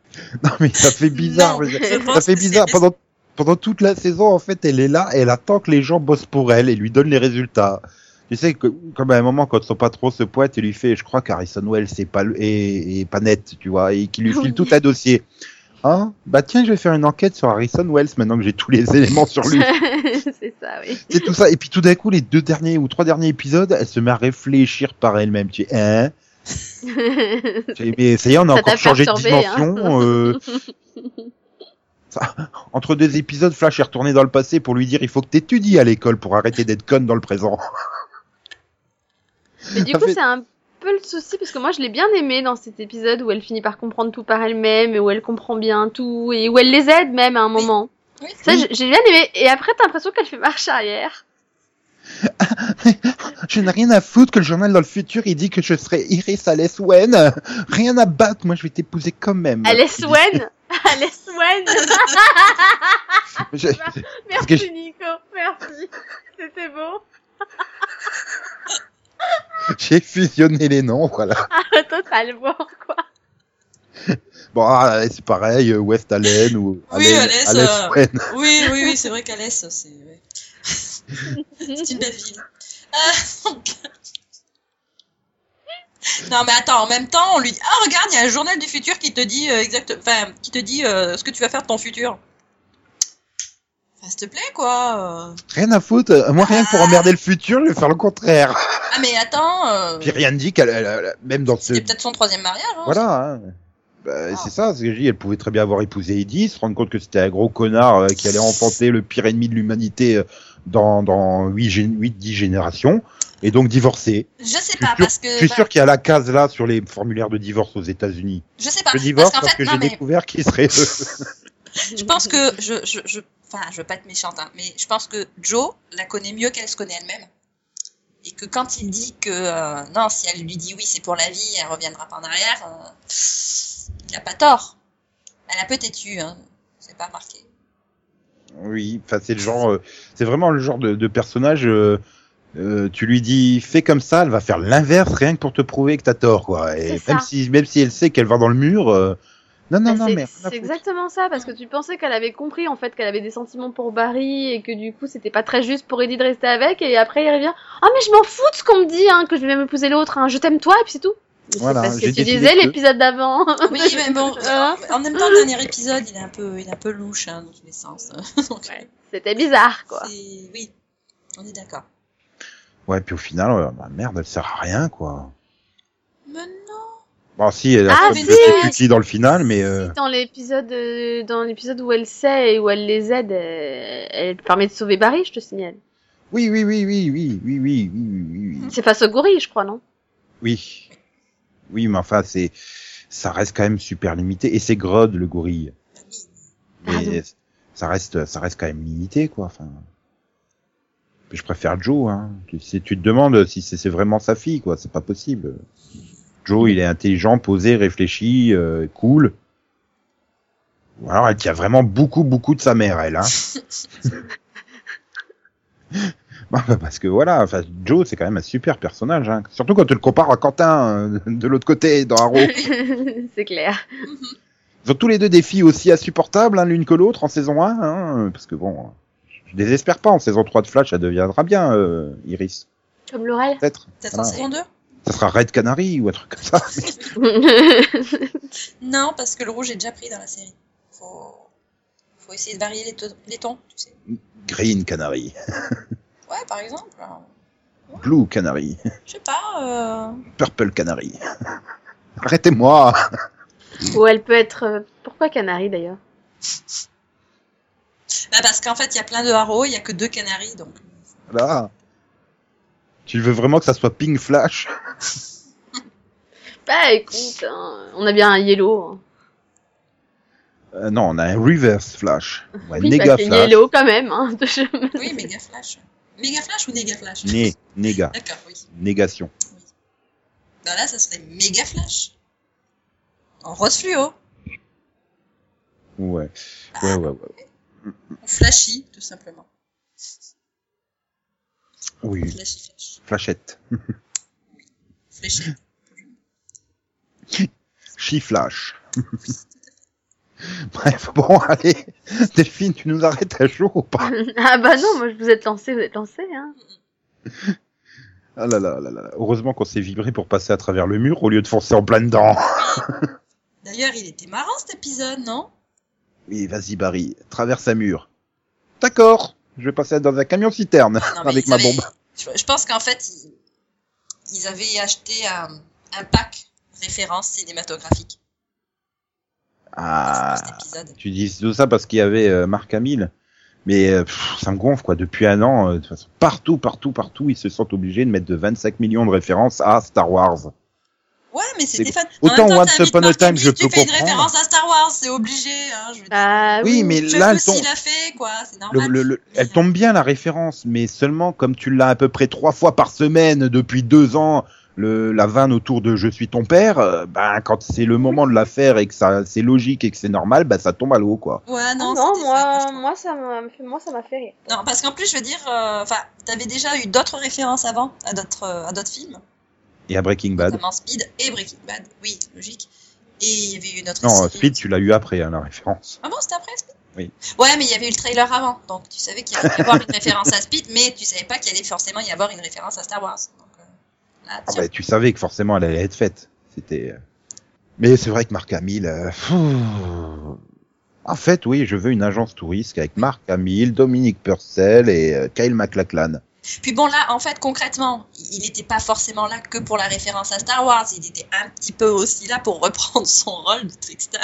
non, mais ça fait bizarre. Non, mais- je pense ça fait que c'est bizarre. des- Pendant, pendant toute la saison, en fait, elle est là et elle attend que les gens bossent pour elle et lui donnent les résultats. Tu sais, que, comme à un moment, quand son patron se pointe et lui fait, je crois qu'Harrison Wells est pas, est, est pas net, tu vois, et qu'il lui file Oui. tout un dossier. Hein bah tiens, je vais faire une enquête sur Harrison Wells maintenant que j'ai tous les éléments sur lui. c'est ça, oui. C'est tout ça. Et puis tout d'un coup, les deux derniers ou trois derniers épisodes, elle se met à réfléchir par elle-même. Tu es, hein J'ai- Mais ça y est, on a Ça encore t'a changé de perturbé, hein. dimension. euh. Ça- Entre deux épisodes, Flash est retourné dans le passé pour lui dire il faut que t'étudies à l'école pour arrêter d'être conne dans le présent. Mais du Ça coup, fait- c'est un peu le souci parce que moi, je l'ai bien aimé dans cet épisode où elle finit par comprendre tout par elle-même et où elle comprend bien tout et où elle les aide même à un moment. Oui. Ça, j'ai j'ai bien aimé. Et après, t'as l'impression qu'elle fait marche arrière. Je n'ai rien à foutre que le journal dans le futur il dit que je serai Iris Alès Wen. Rien à battre, moi je vais t'épouser quand même. Alice Wen Alice Wen Je- Parce que Merci Nico, merci. C'était beau. J'ai fusionné les noms, voilà. Ah, totalement, quoi. Bon, ah, c'est pareil, euh, West Allen ou Oui, Allen- Alès, Alès euh, Wen. Oui, oui, oui, c'est vrai qu'Alès, c'est ouais. C'est une belle ville. Euh, donc- non, mais attends, en même temps, on lui dit Ah, regarde, il y a un journal du futur qui te dit, euh, exact... enfin, qui te dit euh, ce que tu vas faire de ton futur. Enfin, s'il te plaît, quoi. euh. Rien à foutre. euh, Moi, rien que pour emmerder le futur, je vais faire le contraire. Ah, mais attends. euh, Puis rien ne dit qu'elle, elle- elle- même dans ce, C'était peut-être son troisième mariage. hein, voilà. hein. Bah, Ah. C'est ça, c'est que je dis, elle pouvait très bien avoir épousé Eddie, se rendre compte que c'était un gros connard euh, qui allait enfanter le pire ennemi de l'humanité euh, dans, dans 8-10 générations, et donc divorcer. Je sais Je suis pas, sûr- parce que. Je suis bah, sûr qu'il y a la case là sur les formulaires de divorce aux États-Unis. je sais pas. Je divorce parce parce qu'en fait, que non, j'ai mais découvert qu'il serait... je pense que. Je, je, je... Enfin, je veux pas être méchante, hein, mais je pense que Joe la connaît mieux qu'elle se connaît elle-même. Et que quand il dit que. euh, non, si elle lui dit oui, c'est pour la vie, elle reviendra pas en arrière, euh, il a pas tort. Elle a peu têtu, hein. C'est pas marqué. Oui, enfin c'est le genre, euh, c'est vraiment le genre de, de personnage. euh, Euh, tu lui dis fais comme ça, elle va faire l'inverse rien que pour te prouver que t'as tort quoi. Et C'est même ça. si même si elle sait qu'elle va dans le mur, euh, non non Bah, non c'est- mais rien à c'est foutre. exactement ça parce que tu pensais qu'elle avait compris en fait qu'elle avait des sentiments pour Barry et que du coup c'était pas très juste pour Eddie de rester avec et après il revient ah mais je m'en fous de ce qu'on me dit hein que je vais même épouser l'autre hein je t'aime toi et puis c'est tout. Mais Voilà, c'est parce que j'ai tu décidé disais que- l'épisode d'avant. Oui, mais bon, euh, Hein en même temps, le dernier épisode, il est un peu, il est un peu louche hein, dans tous les sens. Donc, Ouais, C'était bizarre quoi. c'est- Oui, on est d'accord. Ouais puis au final euh, bah, merde elle sert à rien quoi. Mais non. Bon si elle a Ah, comme si. substitut dans le final mais euh, Dans l'épisode euh, dans l'épisode où elle sait et où elle les aide euh, elle permet de sauver Barry je te signale. oui oui oui oui oui oui oui oui oui oui C'est face au gorille je crois non. oui oui mais enfin c'est ça reste quand même super limité et c'est Grod le gorille. Pardon. Mais ça reste ça reste quand même limité quoi enfin. Puis Je préfère Joe hein. Tu, si tu te demandes si c'est c'est vraiment sa fille quoi, c'est pas possible. Joe, il est intelligent, posé, réfléchi, euh, cool. Ou alors elle tient vraiment beaucoup beaucoup de sa mère elle hein. Bah, bah, parce que voilà, enfin, Joe c'est quand même un super personnage, hein. surtout quand tu le compares à Quentin euh, de l'autre côté dans Arrow. c'est clair. Ils ont tous les deux des filles aussi insupportables hein, l'une que l'autre en saison 1, hein, parce que bon, je désespère pas, en saison 3 de Flash, elle deviendra bien, euh, Iris, Comme l'oreille. peut-être. Peut-être en Voilà. saison 2 Ça sera Red Canary ou un truc comme ça. Non, parce que le rouge est déjà pris dans la série. Faut, faut essayer de varier les, to- les tons, tu sais. Green Canary, Ouais, par exemple. hein. Blue Canary, Je sais pas. euh, Purple Canary. Arrêtez-moi Ou elle peut être euh, pourquoi Canary d'ailleurs. bah, parce qu'en fait, il y a plein de haros, il y a que deux canaries, donc. Là Tu veux vraiment que ça soit Pink Flash Bah écoute, hein, on a bien un yellow. hein. Euh, Non, on a un Reverse Flash, ou un Oui, Nega parce qu'il y a Flash. yellow quand même. Hein, de chez- Oui, méga flash. Méga flash ou néga flash Né, néga, D'accord, oui. négation. Bah là, ça serait méga flash. En rose fluo. Ouais. Ouais, ouais, ouais. Ou flashy, tout simplement. Oui, Flashy flash. Flashette. Fléché. She Flash. Bref, bon, allez, Delphine, tu nous arrêtes à chaud ou pas ah bah non, moi je vous êtes lancé, vous êtes lancé. Hein. Ah là là là là, heureusement qu'on s'est vibré pour passer à travers le mur au lieu de foncer en plein dedans. D'ailleurs, il était marrant cet épisode, non Oui, vas-y Barry, traverse un mur. D'accord, je vais passer dans un camion citerne Non, mais avec ils ma avaient- bombe. Je, je pense qu'en fait, ils, ils avaient acheté un, un pack référence cinématographique Ah, pour cet épisode. tu dis tout ça parce qu'il y avait euh, Marc Hamill, mais euh, pff, ça me gonfle quoi. Depuis un an, euh, de toute façon, partout, partout, partout, ils se sentent obligés de mettre de 25 millions de référéences à Star Wars. Ouais, mais C'est- c'est Stéphane. autant en même temps, Once t'invites Upon a Marc Time, Hamill je qui peux fait une comprendre. référence à Star Wars, c'est obligé. Hein, je veux dire. Ah Oui, oui. mais Je là, veux elle tombe- s'il a fait, quoi, c'est Le- normal. le- le- elle tombe bien la référence, mais seulement comme tu l'as à peu près trois fois par semaine depuis deux ans, le, la vanne autour de Je suis ton père, euh, ben, quand c'est le moment de la faire et que ça c'est logique et que c'est normal, ben, ça tombe à l'eau quoi. Ouais, Ah Non, non, non c'était fun, moi, franchement. moi ça m'a fait, moi ça m'a fait rire. Non, parce qu'en plus, je veux dire, euh, enfin, t'avais déjà eu d'autres références avant, à d'autres, euh, à d'autres films, Et à Breaking Bad. notamment Speed et Breaking Bad. Oui, logique. Et il y avait eu une autre. Non, série. Speed, tu l'as eu après hein, la référence. Ah bon, c'était après Speed Oui. Ouais, mais il y avait eu le trailer avant, donc tu savais qu'il allait y avoir une référence à Speed, mais tu savais pas qu'il allait forcément y avoir une référence à Star Wars. Donc, euh, là, Ah tiens. ben, tu savais que forcément elle allait être faite. C'était. euh, Mais c'est vrai que Marc Hamill. euh, pfff. En fait, oui, je veux une agence touriste avec Marc Hamill, Dominique Purcell et euh, Kyle MacLachlan. Puis bon, là, en fait, concrètement, il n'était pas forcément là que pour la référence à Star Wars, il était un petit peu aussi là pour reprendre son rôle de trickster.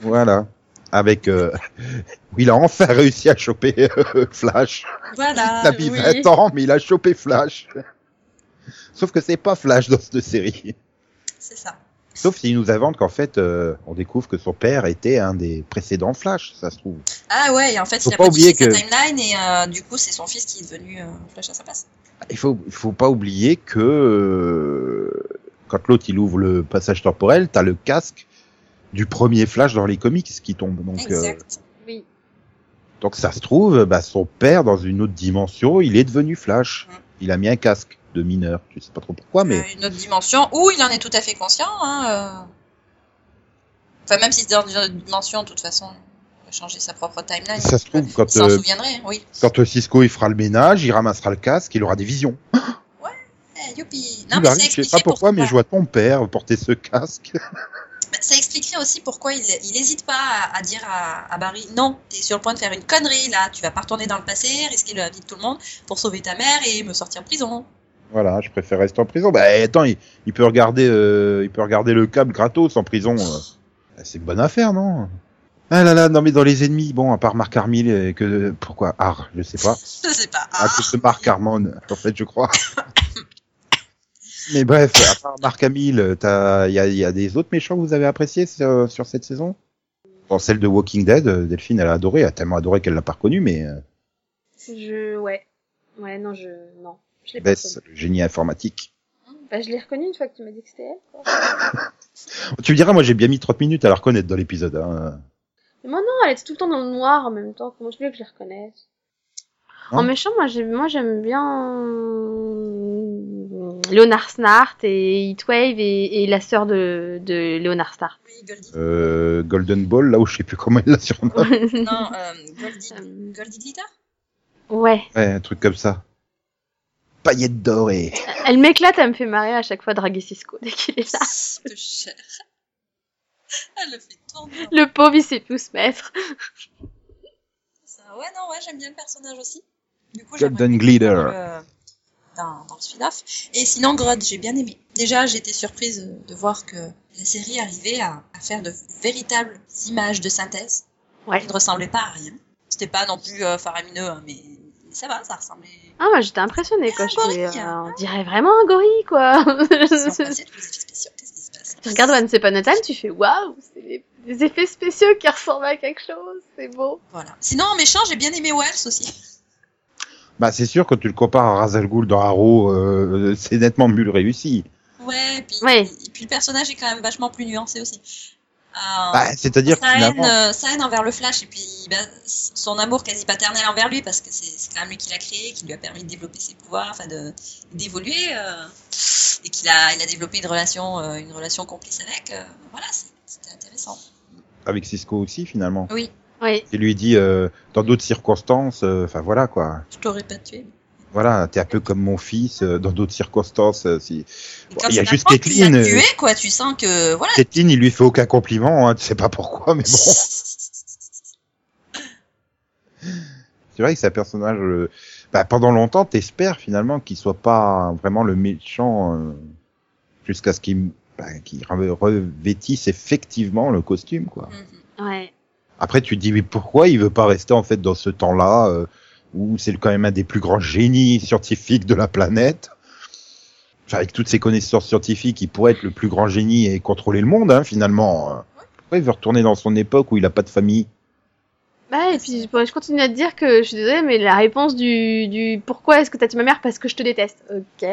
Voilà. Avec. Euh... Il a enfin réussi à choper euh, Flash. Voilà. Il a mis oui. 20 ans, mais il a chopé Flash. Sauf que c'est pas Flash dans cette série. C'est ça. Sauf s'il nous invente qu'en fait, euh, on découvre que son père était un des précédents Flash, ça se trouve. Ah ouais, et en fait, Faut il a pas oublier modifié sa que- timeline et euh, du coup, c'est son fils qui est devenu euh, Flash à sa place. Il faut, il faut pas oublier que euh, quand l'autre il ouvre le passage temporel, t'as le casque du premier Flash dans les comics qui tombe. Donc, euh, exact. Oui. Mm. donc ça se trouve, bah, son père dans une autre dimension, il est devenu Flash. Il a mis un casque de mineur. Je sais pas trop pourquoi, Ah, mais une autre dimension où il en est tout à fait conscient. Hein, euh. Enfin, même si c'est dans une autre dimension, de toute façon, il peut changer sa propre timeline. ça se trouve, il quand, s'en euh, souviendrait, oui. quand euh, Cisco il fera le ménage, il ramassera le casque, il aura des visions. Eh, youpi. Non, Il mais arrive, c'est je sais expliqué pas pourquoi, mais je pourquoi. vois ton père porter ce casque. Ça expliquerait aussi pourquoi il il hésite pas à, à dire à, à Barry non, t'es sur le point de faire une connerie là, tu vas pas retourner dans le passé, risquer la vie de tout le monde pour sauver ta mère et me sortir de prison. Voilà, je préfère rester en prison. Bah attends, il, il peut regarder, euh, il peut regarder le câble gratos en prison. euh. Bah, C'est une bonne affaire, non Ah là là, non mais dans les ennemis, bon, à part Marc Armil, et que pourquoi Ar, je sais pas. Je sais pas. Ah, À cause de Marc Armon, en fait, je crois. mais bref, à part Marc Hamill, t'as, il y a, il y a des autres méchants que vous avez appréciés sur, sur cette saison Bon, celle de Walking Dead, euh, Delphine, elle a adoré, elle a tellement adoré qu'elle l'a pas reconnue, mais euh, Je, ouais. Ouais, non, je, non. Je l'ai pas Bess, reconnu. le génie informatique. Bah, je l'ai reconnu une fois que tu m'as dit que c'était elle. quoi. Tu me diras, moi j'ai bien mis 30 minutes à la reconnaître dans l'épisode. Hein. Mais moi, non, elle était tout le temps dans le noir en même temps. Comment tu veux que je la reconnaisse En Hein méchant, moi, j'aime, moi, j'aime bien euh, Leonard Snart et Heatwave et, et la sœur de, de Leonard Snart. Oui, Goldie. euh, Golden Ball, là où je sais plus comment il l'a surnommé. Non, euh, Goldie, Euh. Goldie Glitter ouais. Ouais, un truc comme ça. Paillette dorée. Elle m'éclate, elle me fait marrer à chaque fois draguer Cisco dès qu'il est là. De chair. Elle le fait tourner. Le pauvre, il sait plus où se mettre. Ça. Ouais, non, ouais, j'aime bien le personnage aussi. Du coup, j'aimerais Golden Glider. euh, dans, dans le spin-off. Et sinon, Grodd, j'ai bien aimé. Déjà, j'étais surprise de voir que la série arrivait à, à faire de véritables images de synthèse Ouais. qui ne ressemblaient pas à rien. C'était pas non plus euh, faramineux, hein, mais, mais ça va, ça ressemblait. Ah, moi, j'étais impressionnée, quoi. Un Je fais, gorille. euh, on dirait vraiment un gorille, quoi. Ils sont passés tous les effets spéciaux. Qu'est-ce qui se passe tu regardes One Upon a Time, tu fais waouh, c'est des, des effets spéciaux qui ressemblent à quelque chose, c'est beau. Voilà. Sinon, en méchant, j'ai bien aimé Wells aussi. Bah c'est sûr quand tu le compares à Razal Ghoul dans Arrow, euh, c'est nettement mieux réussi. Ouais, et puis, Ouais. et puis le personnage est quand même vachement plus nuancé aussi. Euh, Bah, c'est-à-dire que sa haine, finalement, euh, sa haine envers le Flash et puis bah, son amour quasi paternel envers lui parce que c'est c'est quand même lui qui l'a créé, qui lui a permis de développer ses pouvoirs, enfin de d'évoluer euh, et qu'il a il a développé une relation euh, une relation complice avec. euh, voilà, c'est- c'était intéressant. avec Cisco aussi finalement. Oui, Oui, Il lui dit euh, dans d'autres circonstances, euh, enfin voilà quoi. je t'aurais pas tué. Voilà, t'es un peu comme mon fils euh, dans d'autres circonstances. euh, si Et il y a tu juste apprends que tu l'as Kathleen, euh, tué, quoi, tu sens que voilà. Kathleen, il lui fait aucun compliment, hein, tu sais pas pourquoi, mais bon. C'est vrai que c'est un personnage. euh, bah, pendant longtemps, t'espères finalement qu'il soit pas vraiment le méchant euh, jusqu'à ce qu'il bah, qu'il re- revêtisse effectivement le costume, quoi. Mhm. ouais. Après, tu te dis mais pourquoi il veut pas rester en fait dans ce temps-là euh, où c'est quand même un des plus grands génies scientifiques de la planète. Enfin, avec toutes ses connaissances scientifiques, il pourrait être le plus grand génie et contrôler le monde, hein, finalement. Euh, Pourquoi il veut retourner dans son époque où il a pas de famille Bah, et puis bon, je continue à te dire que je suis désolée, mais la réponse du, du pourquoi est-ce que t'as tué ma mère parce que je te déteste. Ok.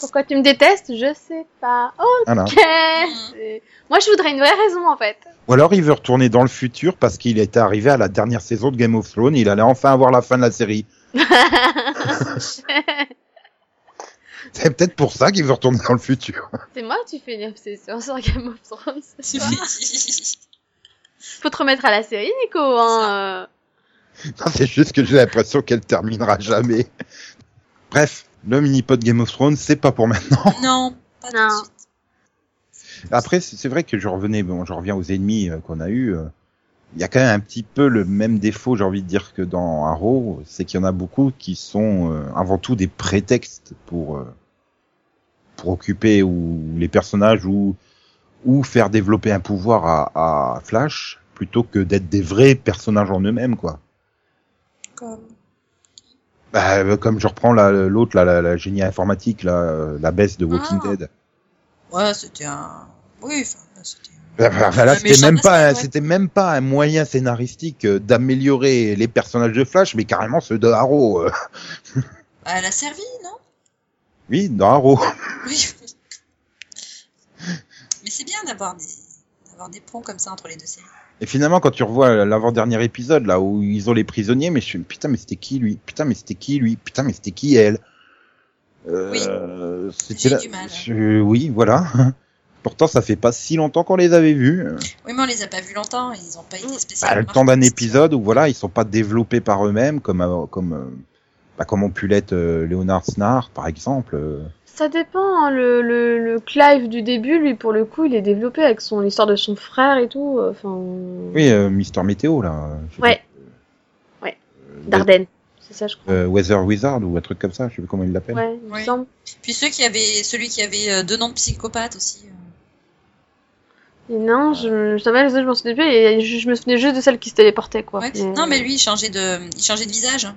Pourquoi tu me détestes Je sais pas. Voilà. Ok. Eh. C'est- Moi, je voudrais une vraie raison en fait. Ou alors il veut retourner dans le futur parce qu'il est arrivé à la dernière saison de Game of Thrones et il allait enfin avoir la fin de la série. C'est peut-être pour ça qu'il veut retourner dans le futur. c'est moi qui fais une obsession sur Game of Thrones. ce soir. Ouais, Faut te remettre à la série, Nico. Hein. euh. Non, C'est juste que j'ai l'impression qu'elle terminera jamais. Bref, le mini-pod Game of Thrones, c'est pas pour maintenant. non, pas tout de Non. suite. Après, c'est c'est vrai que je revenais, bon, je reviens aux ennemis euh, qu'on a eus. euh, Il y a quand même un petit peu le même défaut, j'ai envie de dire, que dans Arrow, c'est qu'il y en a beaucoup qui sont euh, avant tout des prétextes pour euh, pour occuper ou les personnages ou ou faire développer un pouvoir à, à Flash plutôt que d'être des vrais personnages en eux-mêmes, quoi. Comme- Bah, euh, comme je reprends la- l'autre, la, la, la génie informatique, la, euh, la baisse de Walking Ah. Dead. Ouais, c'était un. Oui, enfin, c'était. Bah, bah, bah, Un là, c'était méchant même pas, un- bastard, ouais. c'était même pas un moyen scénaristique euh, d'améliorer les personnages de Flash, mais carrément ceux de Arrow. euh. Bah, Elle a servi, non Oui, dans Arrow. Oui. oui. Mais c'est bien d'avoir des d'avoir des ponts comme ça entre les deux séries. Et finalement, quand tu revois l'avant-dernier épisode, là où ils ont les prisonniers, mais je suis putain, mais c'était qui lui Putain, mais c'était qui lui Putain, mais c'était qui elle Euh, J'ai c'était eu là. du mal. je- Oui, voilà. Pourtant, ça fait pas si longtemps qu'on les avait vus. Oui, mais on les a pas vus longtemps, ils ont pas été Bah, spécialement. le temps d'un marqués. épisode où voilà, ils sont pas développés par eux-mêmes comme euh, comme euh, bah, comme ont pu l'être euh, Leonard Snart par exemple. euh. Ça dépend. hein, Le, le, le Clive du début, lui, pour le coup, il est développé avec son l'histoire de son frère et tout. euh, Enfin. Oui, euh, Mister Météo là. euh, je sais Ouais. pas. Ouais. Euh, Dardenne. C'est ça, je crois. euh, Weather Wizard ou un truc comme ça, je sais plus comment il l'appelle. Ouais, il me Oui. semble. Puis ceux qui avaient, celui qui avait euh, deux noms de psychopathe aussi. euh. Et non, je, je, savais, les autres, je m'en souvenais plus. Et je, je me souvenais juste de celle qui se téléportait, quoi. Ouais. Non, mais lui, il changeait de, il changeait de visage. hein.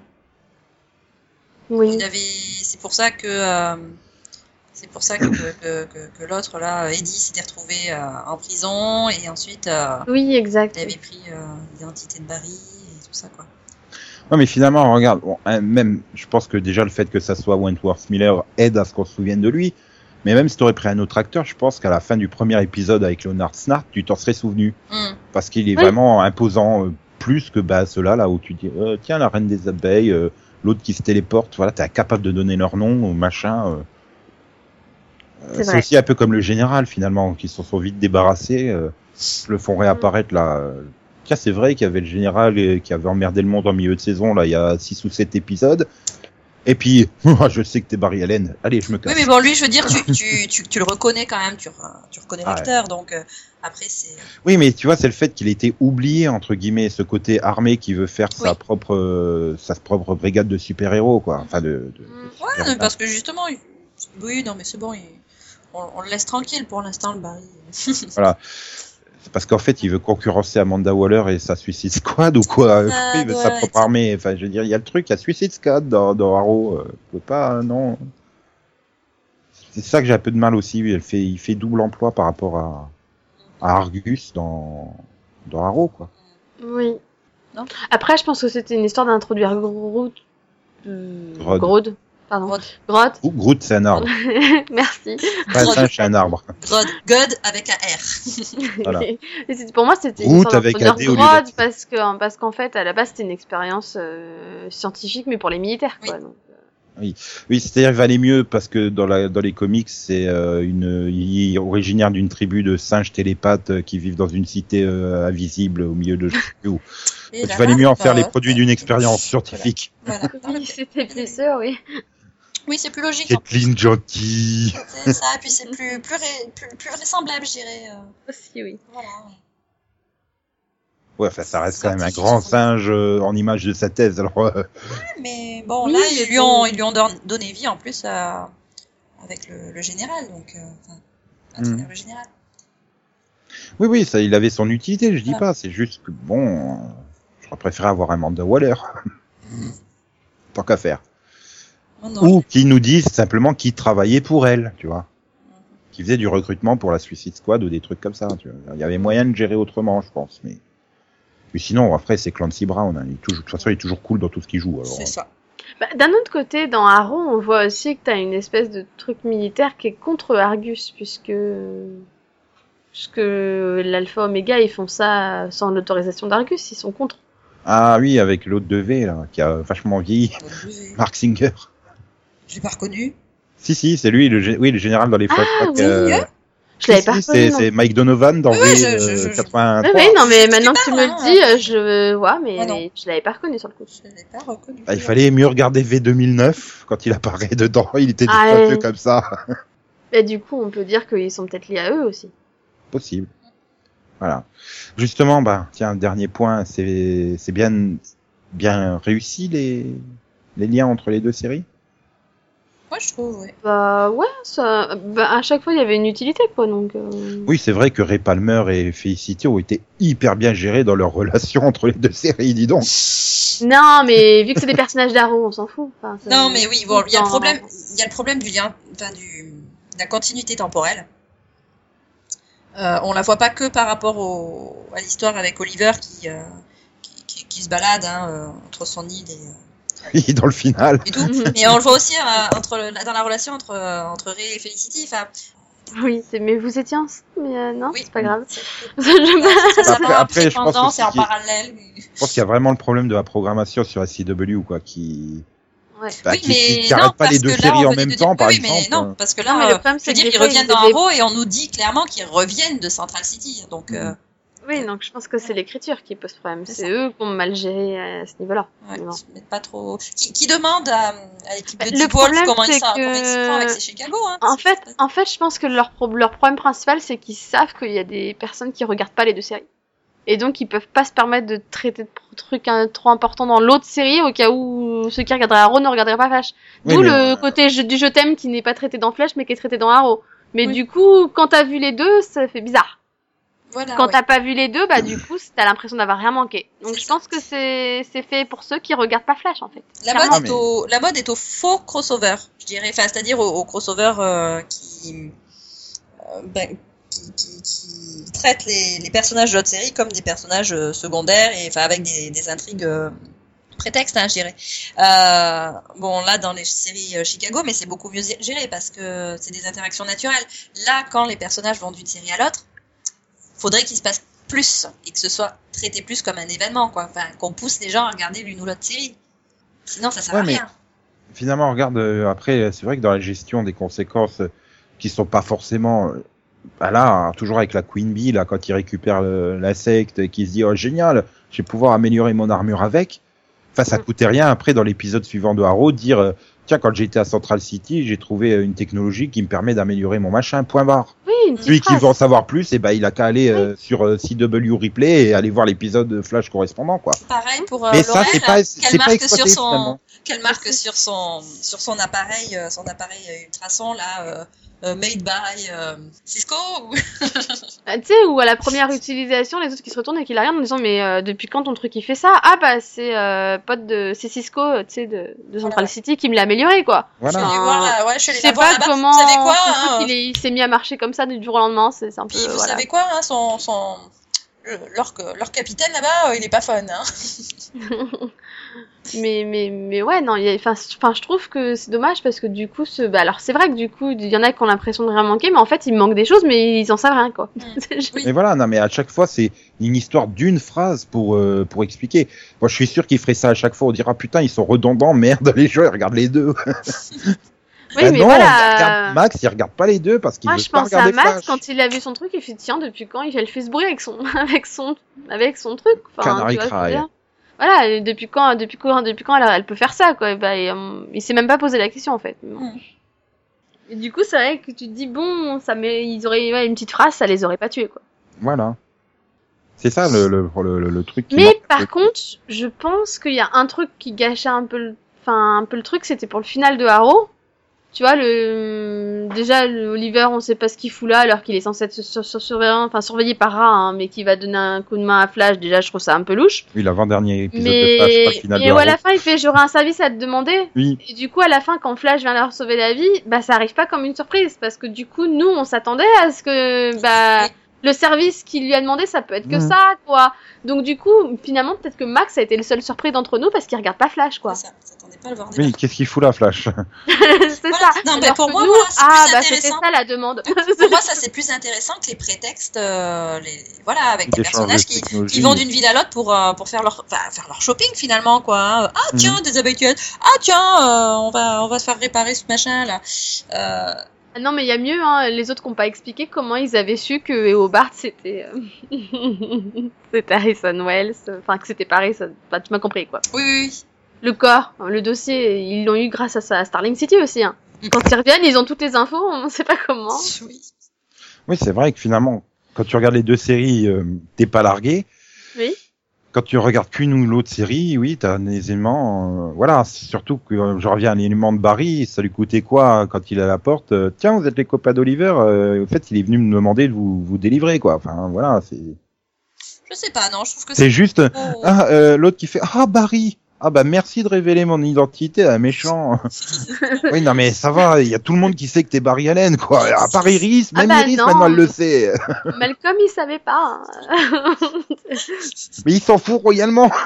euh, Oui. Il avait, c'est pour ça que, euh, c'est pour ça que, que, que, que l'autre là, Eddie, s'était retrouvé euh, en prison et ensuite euh, Oui, exact. il avait pris euh, l'identité de Barry et tout ça quoi. Non mais finalement, regarde, bon, hein, même, je pense que déjà le fait que ça soit Wentworth Miller aide à ce qu'on se souvienne de lui. Mais même si t'aurais pris un autre acteur, je pense qu'à la fin du premier épisode avec Leonard Snart, tu t'en serais souvenu. Hum. parce qu'il est Oui. vraiment imposant euh, plus que bah, ceux-là là où tu dis euh, tiens la reine des abeilles euh, l'autre qui se téléporte voilà t'es capable de donner leur nom ou machin euh. Euh, C'est c'est vrai. aussi un peu comme le général finalement qui s'en sont vite débarrassés euh, le font réapparaître là euh. tiens c'est vrai qu'il y avait le général euh, qui avait emmerdé le monde en milieu de saison là il y a 6 ou 7 épisodes et puis je sais que t'es Barry Allen allez je me Oui, casse mais bon, lui, je veux dire, tu, tu, tu, tu le reconnais quand même, tu, re- tu reconnais Ah ouais. l'acteur, donc euh, après c'est. Oui, mais tu vois, c'est le fait qu'il ait été oublié entre guillemets, ce côté armé qui veut faire sa Oui. propre euh, sa propre brigade de super héros, quoi. Enfin, de, de- Mm. Ouais, non, mais parce que justement, il- oui, non, mais c'est bon, il- on, on le laisse tranquille pour l'instant, le Barry. euh, c'est parce qu'en fait, il veut concurrencer Amanda Waller et sa Suicide Squad ou quoi. Ah, il veut sa voilà, propre armée. Enfin, je veux dire, il y a le truc, il y a Suicide Squad dans, dans Arrow. euh, Vous pouvez pas, euh, non. C'est ça que j'ai un peu de mal aussi. Il fait il fait double emploi par rapport à, à Argus dans dans Arrow, quoi. Oui. Non Après, je pense que c'était une histoire d'introduire Groot. euh, Grodd. Grodd. Pardon. Grodd. Grodd. Ou Groot, c'est un arbre. Merci. Pas un singe, c'est un arbre. God, God avec un R. Voilà. Et c'était- pour moi, c'était Groot une histoire avec un D au d'introduire lieu d'un Grodd T. parce que hein, parce qu'en fait, à la base, c'était une expérience euh, scientifique, mais pour les militaires, quoi. donc. Oui, c'est-à-dire qu'il valait mieux parce que dans, la, dans les comics, c'est euh, une, il est originaire d'une tribu de singes télépathes euh, qui vivent dans une cité euh, invisible au milieu de. Il Et là, valait mieux en faire bah, les produits d'une expérience scientifique. Voilà. Voilà. Oui, c'était plus sûr, oui. Oui, c'est plus logique. Kathleen Gentil. C'est ça, puis c'est plus, plus, ré- plus, plus vraisemblable, je dirais. euh, Aussi, oui. voilà. Ouais, enfin, ça reste quand même un Scientifique. grand singe euh, en image de sa thèse. Alors, euh, Mais bon, Oui, là, mais ils lui, bon. ont, ils lui ont don- donné vie en plus euh, avec le, le général, donc. euh, enfin, à Mhm. travers le général. oui, oui, ça, il avait son utilité, je dis Ah. pas. C'est juste que bon, euh, j'aurais préféré avoir un Amanda Waller. Tant qu'à faire. Non, non, Ou qui nous disent simplement qui travaillait pour elle, tu vois. Qui faisait du recrutement pour la Suicide Squad ou des trucs comme ça, tu vois. Il y avait moyen de gérer autrement, je pense, mais. Mais sinon, après, c'est Clancy Brown, hein. Il est toujours, de toute façon, il est toujours cool dans tout ce qu'il joue, alors. hein. C'est ça. Bah, D'un autre côté, dans Arrow, on voit aussi que t'as une espèce de truc militaire qui est contre Argus, puisque, puisque l'Alpha Omega, ils font ça sans l'autorisation d'Argus, ils sont contre. Ah oui, avec l'autre de V, là, qui a vachement vieilli. Bonne levée. Mark Singer. Je l'ai pas reconnu. Si, si, c'est lui, le, gé- oui, le général dans les Ah, flashbacks. oui, euh, hein. Je l'avais si, pas si, reconnu, c'est, non. c'est Mike Donovan dans Oui, V, je- euh, je- je- je- 83. Ouais, ouais, non, mais Je maintenant l'ai que tu pas, me hein. le dis, euh, je vois, mais, Ah non. mais je l'avais pas reconnu sur le coup. Je l'ai pas reconnu. Ah, il fallait mieux regarder V 2009 quand il apparaît dedans. Il était des Ah, ouais. comme ça. Et du coup, on peut dire qu'ils sont peut-être liés à eux aussi. possible. Voilà. Justement, bah, tiens, dernier point, c'est c'est bien, bien réussi les, les liens entre les deux séries. Moi, je trouve, ouais. Bah ouais, ça, bah, à chaque fois il y avait une utilité quoi, donc. euh, Oui, c'est vrai que Ray Palmer et Felicity ont été hyper bien gérés dans leur relation entre les deux séries, dis donc. Non, mais vu que c'est des personnages d'Arrow, on s'en fout. Enfin, ça- Non, mais oui, bon, il y a le Dans- problème, il y a le problème du lien, enfin, du, de la continuité temporelle. Euh, on la voit pas que par rapport au, à l'histoire avec Oliver qui, euh, qui, qui- qui se balade hein, euh, entre son île et, euh, Oui, dans le final. et tout. Mais on le voit aussi euh, entre le- dans la relation entre, euh, entre Ray et Felicity. Enfin, Oui, c'est mais vous étiez ensemble, mais euh, non, Oui. c'est pas grave. c'est- Je- ça Après- part après, je pense pendant, aussi c'est en qu'il- parallèle. mais- Je pense qu'il y a vraiment le problème de la programmation sur SCW, quoi, qui, Ouais. Bah, oui, qui, mais qui n'arrêtent non, pas parce les deux que là, séries on en venait même de temps, dire- par oui, exemple. hein. mais non, parce que là, Non, mais le euh, problème, je veux c'est que dire, des ils fois, ils reviennent faisaient dans des- Raw et on nous dit clairement qu'ils reviennent de Central City. Donc, Mm. euh, Oui, donc je pense que c'est l'écriture qui pose problème. C'est C'est eux qui ont mal géré à ce niveau-là. ouais, Non. ils se mettent pas trop. Qui, qui demande à, à l'équipe de Bah, Deep le Wolf problème, comment ils c'est sont, comment ils se font avec que- ces Chicago. Hein, En C'est- fait, en fait, je pense que leur, pro- leur problème principal, c'est qu'ils savent qu'il y a des personnes qui regardent pas les deux séries. Et donc, ils peuvent pas se permettre de traiter de pro- trucs hein, trop importants dans l'autre série au cas où ceux qui regarderaient Arrow ne regarderaient pas Flash. Oui, D'où mais, le euh, côté je- du je t'aime qui n'est pas traité dans Flash mais qui est traité dans Arrow. Mais Oui. du coup, quand t'as vu les deux, ça fait bizarre. voilà, quand Ah ouais. t'as pas vu les deux, bah du coup, c'est- t'as l'impression d'avoir rien manqué. Donc, C'est je pense que c'est c'est fait pour ceux qui regardent pas Flash en fait. La Clairement. mode, est Ah, mais- au, la mode est au faux crossover, je dirais. Enfin, c'est-à-dire au, au crossover euh, qui, euh, ben, qui, qui, qui traite les, les personnages de l'autre série comme des personnages euh, secondaires et enfin avec des, des intrigues euh, prétextes, hein, je dirais. Euh, bon, là dans les séries euh, Chicago, mais c'est beaucoup mieux géré parce que c'est des interactions naturelles. Là, quand les personnages vont d'une série à l'autre, faudrait qu'il se passe plus et que ce soit traité plus comme un événement, quoi. Enfin, qu'on pousse les gens à regarder l'une ou l'autre série. Sinon, ça sert à Ouais, mais- rien. finalement, regarde, euh, après, c'est vrai que dans la gestion des conséquences euh, qui sont pas forcément. euh, Bah là, hein, toujours avec la Queen Bee, là, quand il récupère le- la secte et qu'il se dit, oh génial, je vais pouvoir améliorer mon armure avec. Enfin, ça Mm. coûtait rien après dans l'épisode suivant de Arrow dire, euh, tiens, quand j'étais à Central City, j'ai trouvé euh, une technologie qui me permet d'améliorer mon machin, point barre. Oui, une petite Celui qui phrase. veut en savoir plus, et ben il a qu'à aller euh, sur euh, CW Replay et aller voir l'épisode de Flash correspondant, quoi. Pareil pour euh, Mais ça, Laurel, c'est pas, qu'elle c'est pas marque exploité, sur son, finalement. qu'elle marque sur son, sur son appareil, euh, son appareil euh, ultrason là, euh, euh, made by euh, Cisco. ou- Ah, tu sais, ou à la première utilisation, les autres qui se retournent et qui la regardent en disant Mais euh, depuis quand ton truc il fait ça Ah bah c'est euh, pote de. C'est Cisco, euh, tu sais, de, de Central Voilà. City qui me l'a amélioré quoi. Je suis Voilà. allée Ah. voir là, ouais, je Je suis allée sais la voir pas là-bas. comment. Vous savez quoi son hein, truc, il, est- il s'est mis à marcher comme ça du jour au lendemain, c'est c'est un peu. Puis vous Euh, voilà. savez quoi, hein, son, son, le- leur, que- leur capitaine là-bas, euh, il est pas fun. Hein. mais, mais, mais ouais, non, il y a- enfin, c- enfin, je trouve que c'est dommage parce que du coup, ce... bah, alors c'est vrai que du coup, il y en a qui ont l'impression de rien manquer, mais en fait, il manque des choses, mais ils en savent rien quoi. Je- Hmm. Oui. Mais voilà, non, mais à chaque fois, c'est une histoire d'une phrase pour euh, pour expliquer. Moi, je suis sûr qu'ils feraient ça à chaque fois. On dira putain, ils sont redondants, merde, les gens ils regardent les deux. oui, Bah mais non, voilà. il regarde- Max, il regarde pas les deux parce qu'il Moi, veut je pas pense à regarder Max Flash. quand il a vu son truc, il fait tiens depuis quand il a le fait se brouiller avec son avec son avec son truc. Enfin, Canary tu vois ce que je veux Cry. dire Voilà, et depuis quand depuis quand depuis quand elle, elle peut faire ça quoi et bah, et, euh, il s'est même pas posé la question en fait. Mm. Et du coup, c'est vrai que tu te dis bon, ça mais ils auraient ouais, une petite phrase, ça les aurait pas tués quoi. Voilà. C'est ça le le, le, le- le truc. qui Mais marque. par contre, je pense qu'il y a un truc qui gâchait un peu le enfin un peu le truc, c'était pour le final de Arrow. Tu vois, le déjà le Oliver, on sait pas ce qu'il fout là, alors qu'il est censé être sur, sur- surveillant, enfin surveillé par Ra, hein, mais qui va donner un coup de main à Flash. Déjà, je trouve ça un peu louche. oui, l'avant-dernier épisode de Flash, pas le Mais final et de à Arrow. la fin, il fait j'aurai un service à te demander. Oui, Et du coup, à la fin, quand Flash vient leur sauver la vie, bah ça arrive pas comme une surprise parce que du coup, nous, on s'attendait à ce que bah le service qu'il lui a demandé, ça peut être que Mhm. ça, quoi. Donc du coup, finalement, peut-être que Max a été le seul surpris d'entre nous parce qu'il regarde pas Flash, quoi. Ça, ça attendait pas à le voir. oui, qu'est-ce qu'il fout là, Flash c'est Voilà. ça. Non, mais Alors pour que moi, nous, voilà, c'est ah plus bah c'était intéressant. ça la demande. Pour moi, ça c'est plus intéressant que les prétextes, euh, les voilà, avec des D'échange de personnages qui, technologie. Ils vont d'une ville à l'autre pour, euh, pour faire, leur, enfin, faire leur shopping finalement quoi. hein. Ah Mhm. tiens des habituels. Ah tiens euh, on va on va se faire réparer ce machin là. Euh, non, mais il y a mieux. Hein, les autres qui ont pas expliqué comment ils avaient su que Hobart c'était euh, c'était Harrison Wells, enfin que c'était pas Harrison. Enfin, tu m'as compris, quoi. oui oui le corps, le dossier, ils l'ont eu grâce à, ça, à Starling City aussi. Hein. Mm. Quand ils reviennent, ils ont toutes les infos, on sait pas comment. oui. oui. Oui, c'est vrai que finalement, quand tu regardes les deux séries, euh, t'es pas largué. Oui. Quand tu regardes qu'une ou l'autre série, oui, t'as un élément. euh, voilà, c'est surtout que euh, je reviens à l'élément de Barry, ça lui coûtait quoi euh, quand il est à la porte euh, Tiens, vous êtes les copains d'Oliver. euh, en fait, il est venu me demander de vous, vous délivrer, quoi. Enfin, voilà, c'est Je sais pas non je trouve que c'est juste. trop- Ah, euh, l'autre qui fait Ah Barry. Ah bah merci de révéler mon identité à un méchant. oui non mais ça va, il y a tout le monde qui sait que t'es Barry Allen quoi. À part Iris, Ah même bah Iris non. maintenant elle le sait. Malcolm, il savait pas. hein. Mais il s'en fout royalement.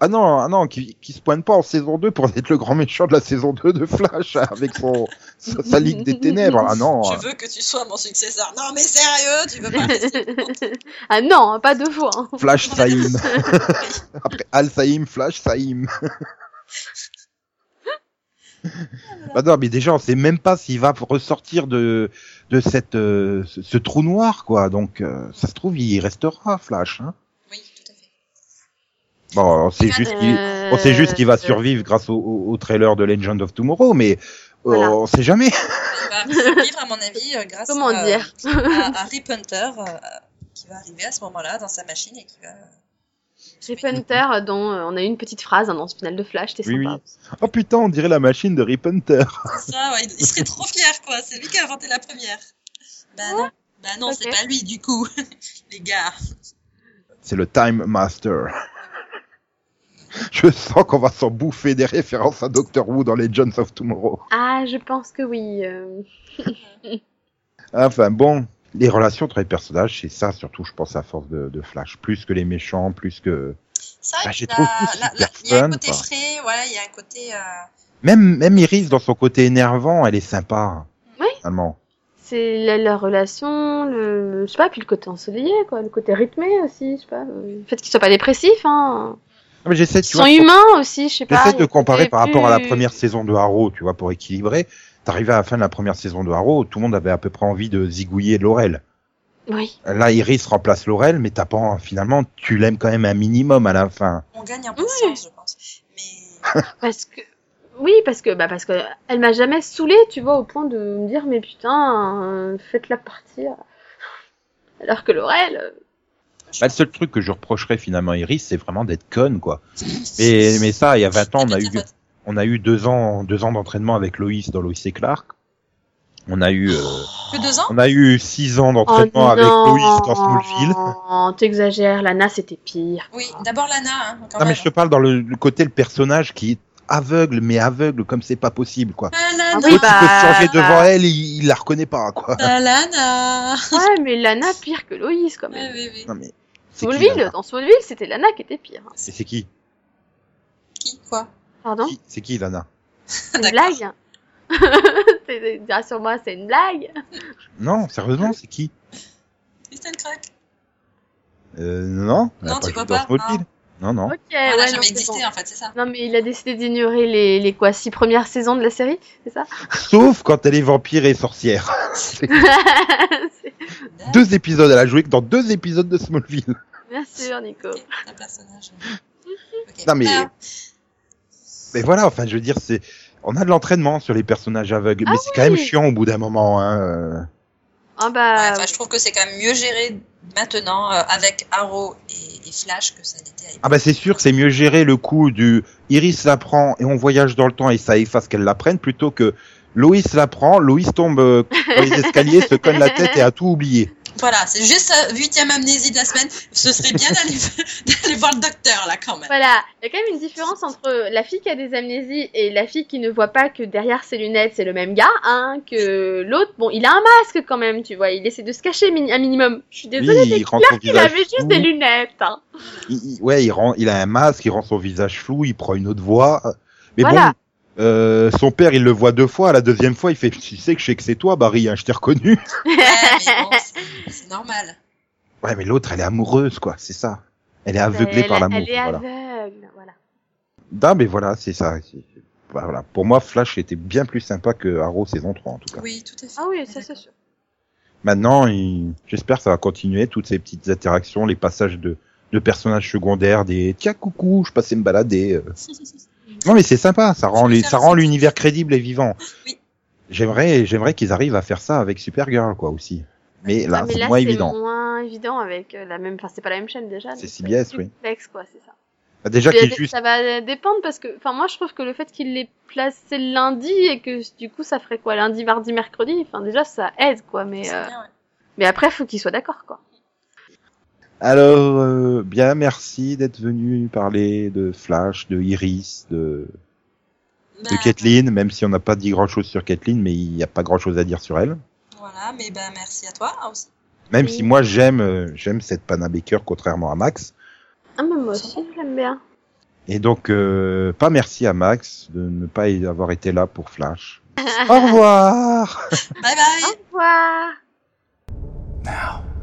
ah non, ah non, qui, qui se pointe pas en saison 2 pour être le grand méchant de la saison 2 de Flash hein, avec son sa, sa ligue des ténèbres. Ah non. Je veux que tu sois mon successeur. Non mais sérieux tu veux pas. ah non, hein. pas deux fois. hein. Flash Saïm. Après Al Saïm, Flash Saïm. Bah non, mais déjà, on sait même pas s'il va ressortir de, de cette, euh, ce, ce trou noir, quoi. Donc, euh, ça se trouve, il restera, Flash. Hein. Oui, tout à fait. Bon, on sait Ah, juste euh, qu'il, Euh, on sait juste qu'il va survivre grâce au, au, au trailer de Legend of Tomorrow, mais euh, Voilà. on sait jamais. Il va vivre, à mon avis, euh, grâce Comment à, dire à, à Rip Hunter, euh, qui va arriver à ce moment-là dans sa machine et qui va. Rip Hunter, dont euh, on a eu une petite phrase hein, dans ce final de Flash, t'es Oui, sympa. Oh putain, on dirait la machine de Rip Hunter. C'est ça, ouais, il, il serait trop fier, quoi. C'est lui qui a inventé la première. Bah non, bah non, c'est Ok. pas lui, du coup. Les gars. C'est le Time Master. Je sens qu'on va s'en bouffer des références à Doctor Who dans Legends of Tomorrow. Ah, je pense que oui. euh, Enfin bon, les relations entre les personnages, c'est ça surtout, je pense, à force de, de Flash. Plus que les méchants, plus que... C'est vrai Bah, que j'ai là- trouvé ça là- super là, il y a un fun, côté quoi. frais, ouais, il y a un côté. euh, Même, même Iris, dans son côté énervant, elle est sympa. Oui. Finalement. C'est la, la relation, le, le- je sais pas, puis le côté ensoleillé, quoi, le côté rythmé aussi, je sais pas. euh, Le fait qu'ils soient pas dépressifs, hein. Ah, mais j'essaie, Ils tu sont vois, de- humains aussi, je sais pas. j'essaie il y de a le comparer côté par rapport à la Ah, plus- première saison de Harrow, tu vois, pour équilibrer. T'arrivais à la fin de la première saison de Harrow, tout le monde avait à peu près envie de zigouiller Laurel. Oui. Là, Iris remplace Laurel, mais t'as pas, finalement, tu l'aimes quand même un minimum à la fin. on gagne en Oui. patience, je pense. Mais Parce que oui, parce que bah parce que elle m'a jamais saoulée, tu vois, au point de me dire mais putain, euh, faites-la partir. Alors que Laurel, euh, Bah, le seul truc que je reprocherais finalement à Iris, c'est vraiment d'être conne, quoi. Mais, mais ça, il y a 20 ans, on a eu, on a eu deux ans, deux ans d'entraînement avec Loïs dans Loïs et Clark. On a eu, euh, Que deux ans on a eu six ans oh d'entraînement non, avec Loïs dans Smallville. t'exagères, Lana c'était pire. Oui, d'abord Lana, hein, quand Non, mais même. je te parle dans le, le côté le personnage qui est aveugle, mais aveugle comme c'est pas possible, quoi. Ah, Lana, Ah L'autre, oui, il peut se changer bah- devant elle, il, il la reconnaît pas, quoi. ah, Lana. Ouais, mais Lana pire que Loïs quand Ouais, même. oui, oui. Non, mais. c'est qui, Smallville, Lana dans Smallville, c'était Lana qui était pire. Et c'est qui? Qui, quoi Pardon Qui- C'est qui, Lana? C'est une Ah, D'accord. blague C'est- c'est- Rassure-moi, c'est une blague. Non, sérieusement, c'est qui? Kristen Eh Crack. Euh, non. elle a Non, tu joué vois dans pas, Smallville. Non, non. Ok, Ah, Elle ouais, n'a non, jamais c'est existé, hein. en fait, c'est ça. bon. Non, mais il a décidé d'ignorer les, les quoi six premières saisons de la série, c'est ça Sauf quand elle est vampire et sorcière. C'est C'est- deux épisodes, elle a joué que dans deux épisodes de Smallville. Bien sûr, Nico. Ok, Un personnage. Ok. Non, mais- Ah, Mais voilà, enfin, je veux dire, c'est, on a de l'entraînement sur les personnages aveugles, Ah mais c'est quand même oui. chiant au bout d'un moment, hein. euh. Ah ouais, bah. enfin, je trouve que c'est quand même mieux géré maintenant euh, avec Arrow et, et Flash que ça n'était à l'époque. Ah bah c'est sûr que c'est mieux gérer le coup du Iris la prend et on voyage dans le temps et ça efface qu'elle la prenne plutôt que Loïs la prend, Loïs tombe euh, dans les escaliers, se cogne la tête et a tout oublié. Voilà, c'est juste sa huitième amnésie de la semaine. Ce serait bien d'aller d'aller voir le docteur, là, quand même. Voilà, il y a quand même une différence entre la fille qui a des amnésies et la fille qui ne voit pas que derrière ses lunettes c'est le même gars, hein, que l'autre. Bon, il a un masque quand même, tu vois, il essaie de se cacher mini- un minimum. Je suis désolée, Lui, c'est il rend son qu'il visage avait juste fou. des lunettes. hein. Il- il- ouais, il rend, il a un masque, il rend son visage flou, il prend une autre voix. Mais Voilà. bon, euh, son père il le voit deux fois, la deuxième fois il fait tu sais que je sais que c'est toi Barry, hein, je t'ai reconnu. Ouais, mais bon, c'est- c'est normal. Ouais, mais l'autre elle est amoureuse quoi, c'est ça. Elle est aveuglée Elle- par l'amour. Elle est voilà. aveugle, voilà. Non mais voilà, c'est ça. c'est- bah, Voilà. Pour moi, Flash était bien plus sympa que Arrow saison 3 en tout cas. Oui, tout à fait. Ah oui, ça c'est sûr. Maintenant, il- j'espère que ça va continuer, toutes ces petites interactions, les passages de, de personnages secondaires, des tiens coucou, je passais me balader. euh. Non mais c'est sympa, ça rend, Je vais les- faire ça le rend site. l'univers crédible et vivant. Oui. J'aimerais, j'aimerais qu'ils arrivent à faire ça avec Supergirl quoi aussi. Mais là, Ah, mais c'est là, moins c'est évident. moins évident avec euh, la même. Enfin, c'est pas la même chaîne déjà. C'est donc, CBS, plus oui. complexe, quoi, c'est ça. Bah, Déjà Puis, qu'il euh, juste, Ça va dépendre parce que. Enfin, moi, je trouve que le fait qu'il les placé le lundi et que du coup, ça ferait quoi Lundi, mardi, mercredi Enfin, déjà, ça aide, quoi. Mais, C'est euh, bien, ouais. mais après, faut qu'ils soient d'accord, quoi. alors euh, bien merci d'être venu parler de Flash, de Iris, de, de Bah, Kathleen, même si on n'a pas dit grand chose sur Kathleen, mais il n'y a pas grand chose à dire sur elle. Voilà, mais ben merci à toi hein, aussi. Même Oui. si moi j'aime euh, j'aime cette Pana Baker contrairement à Max. Ah, mais moi aussi, je l'aime bien. Et donc euh, pas merci à Max de ne pas y avoir été là pour Flash. Au revoir. Hein Bye bye. Au revoir Now,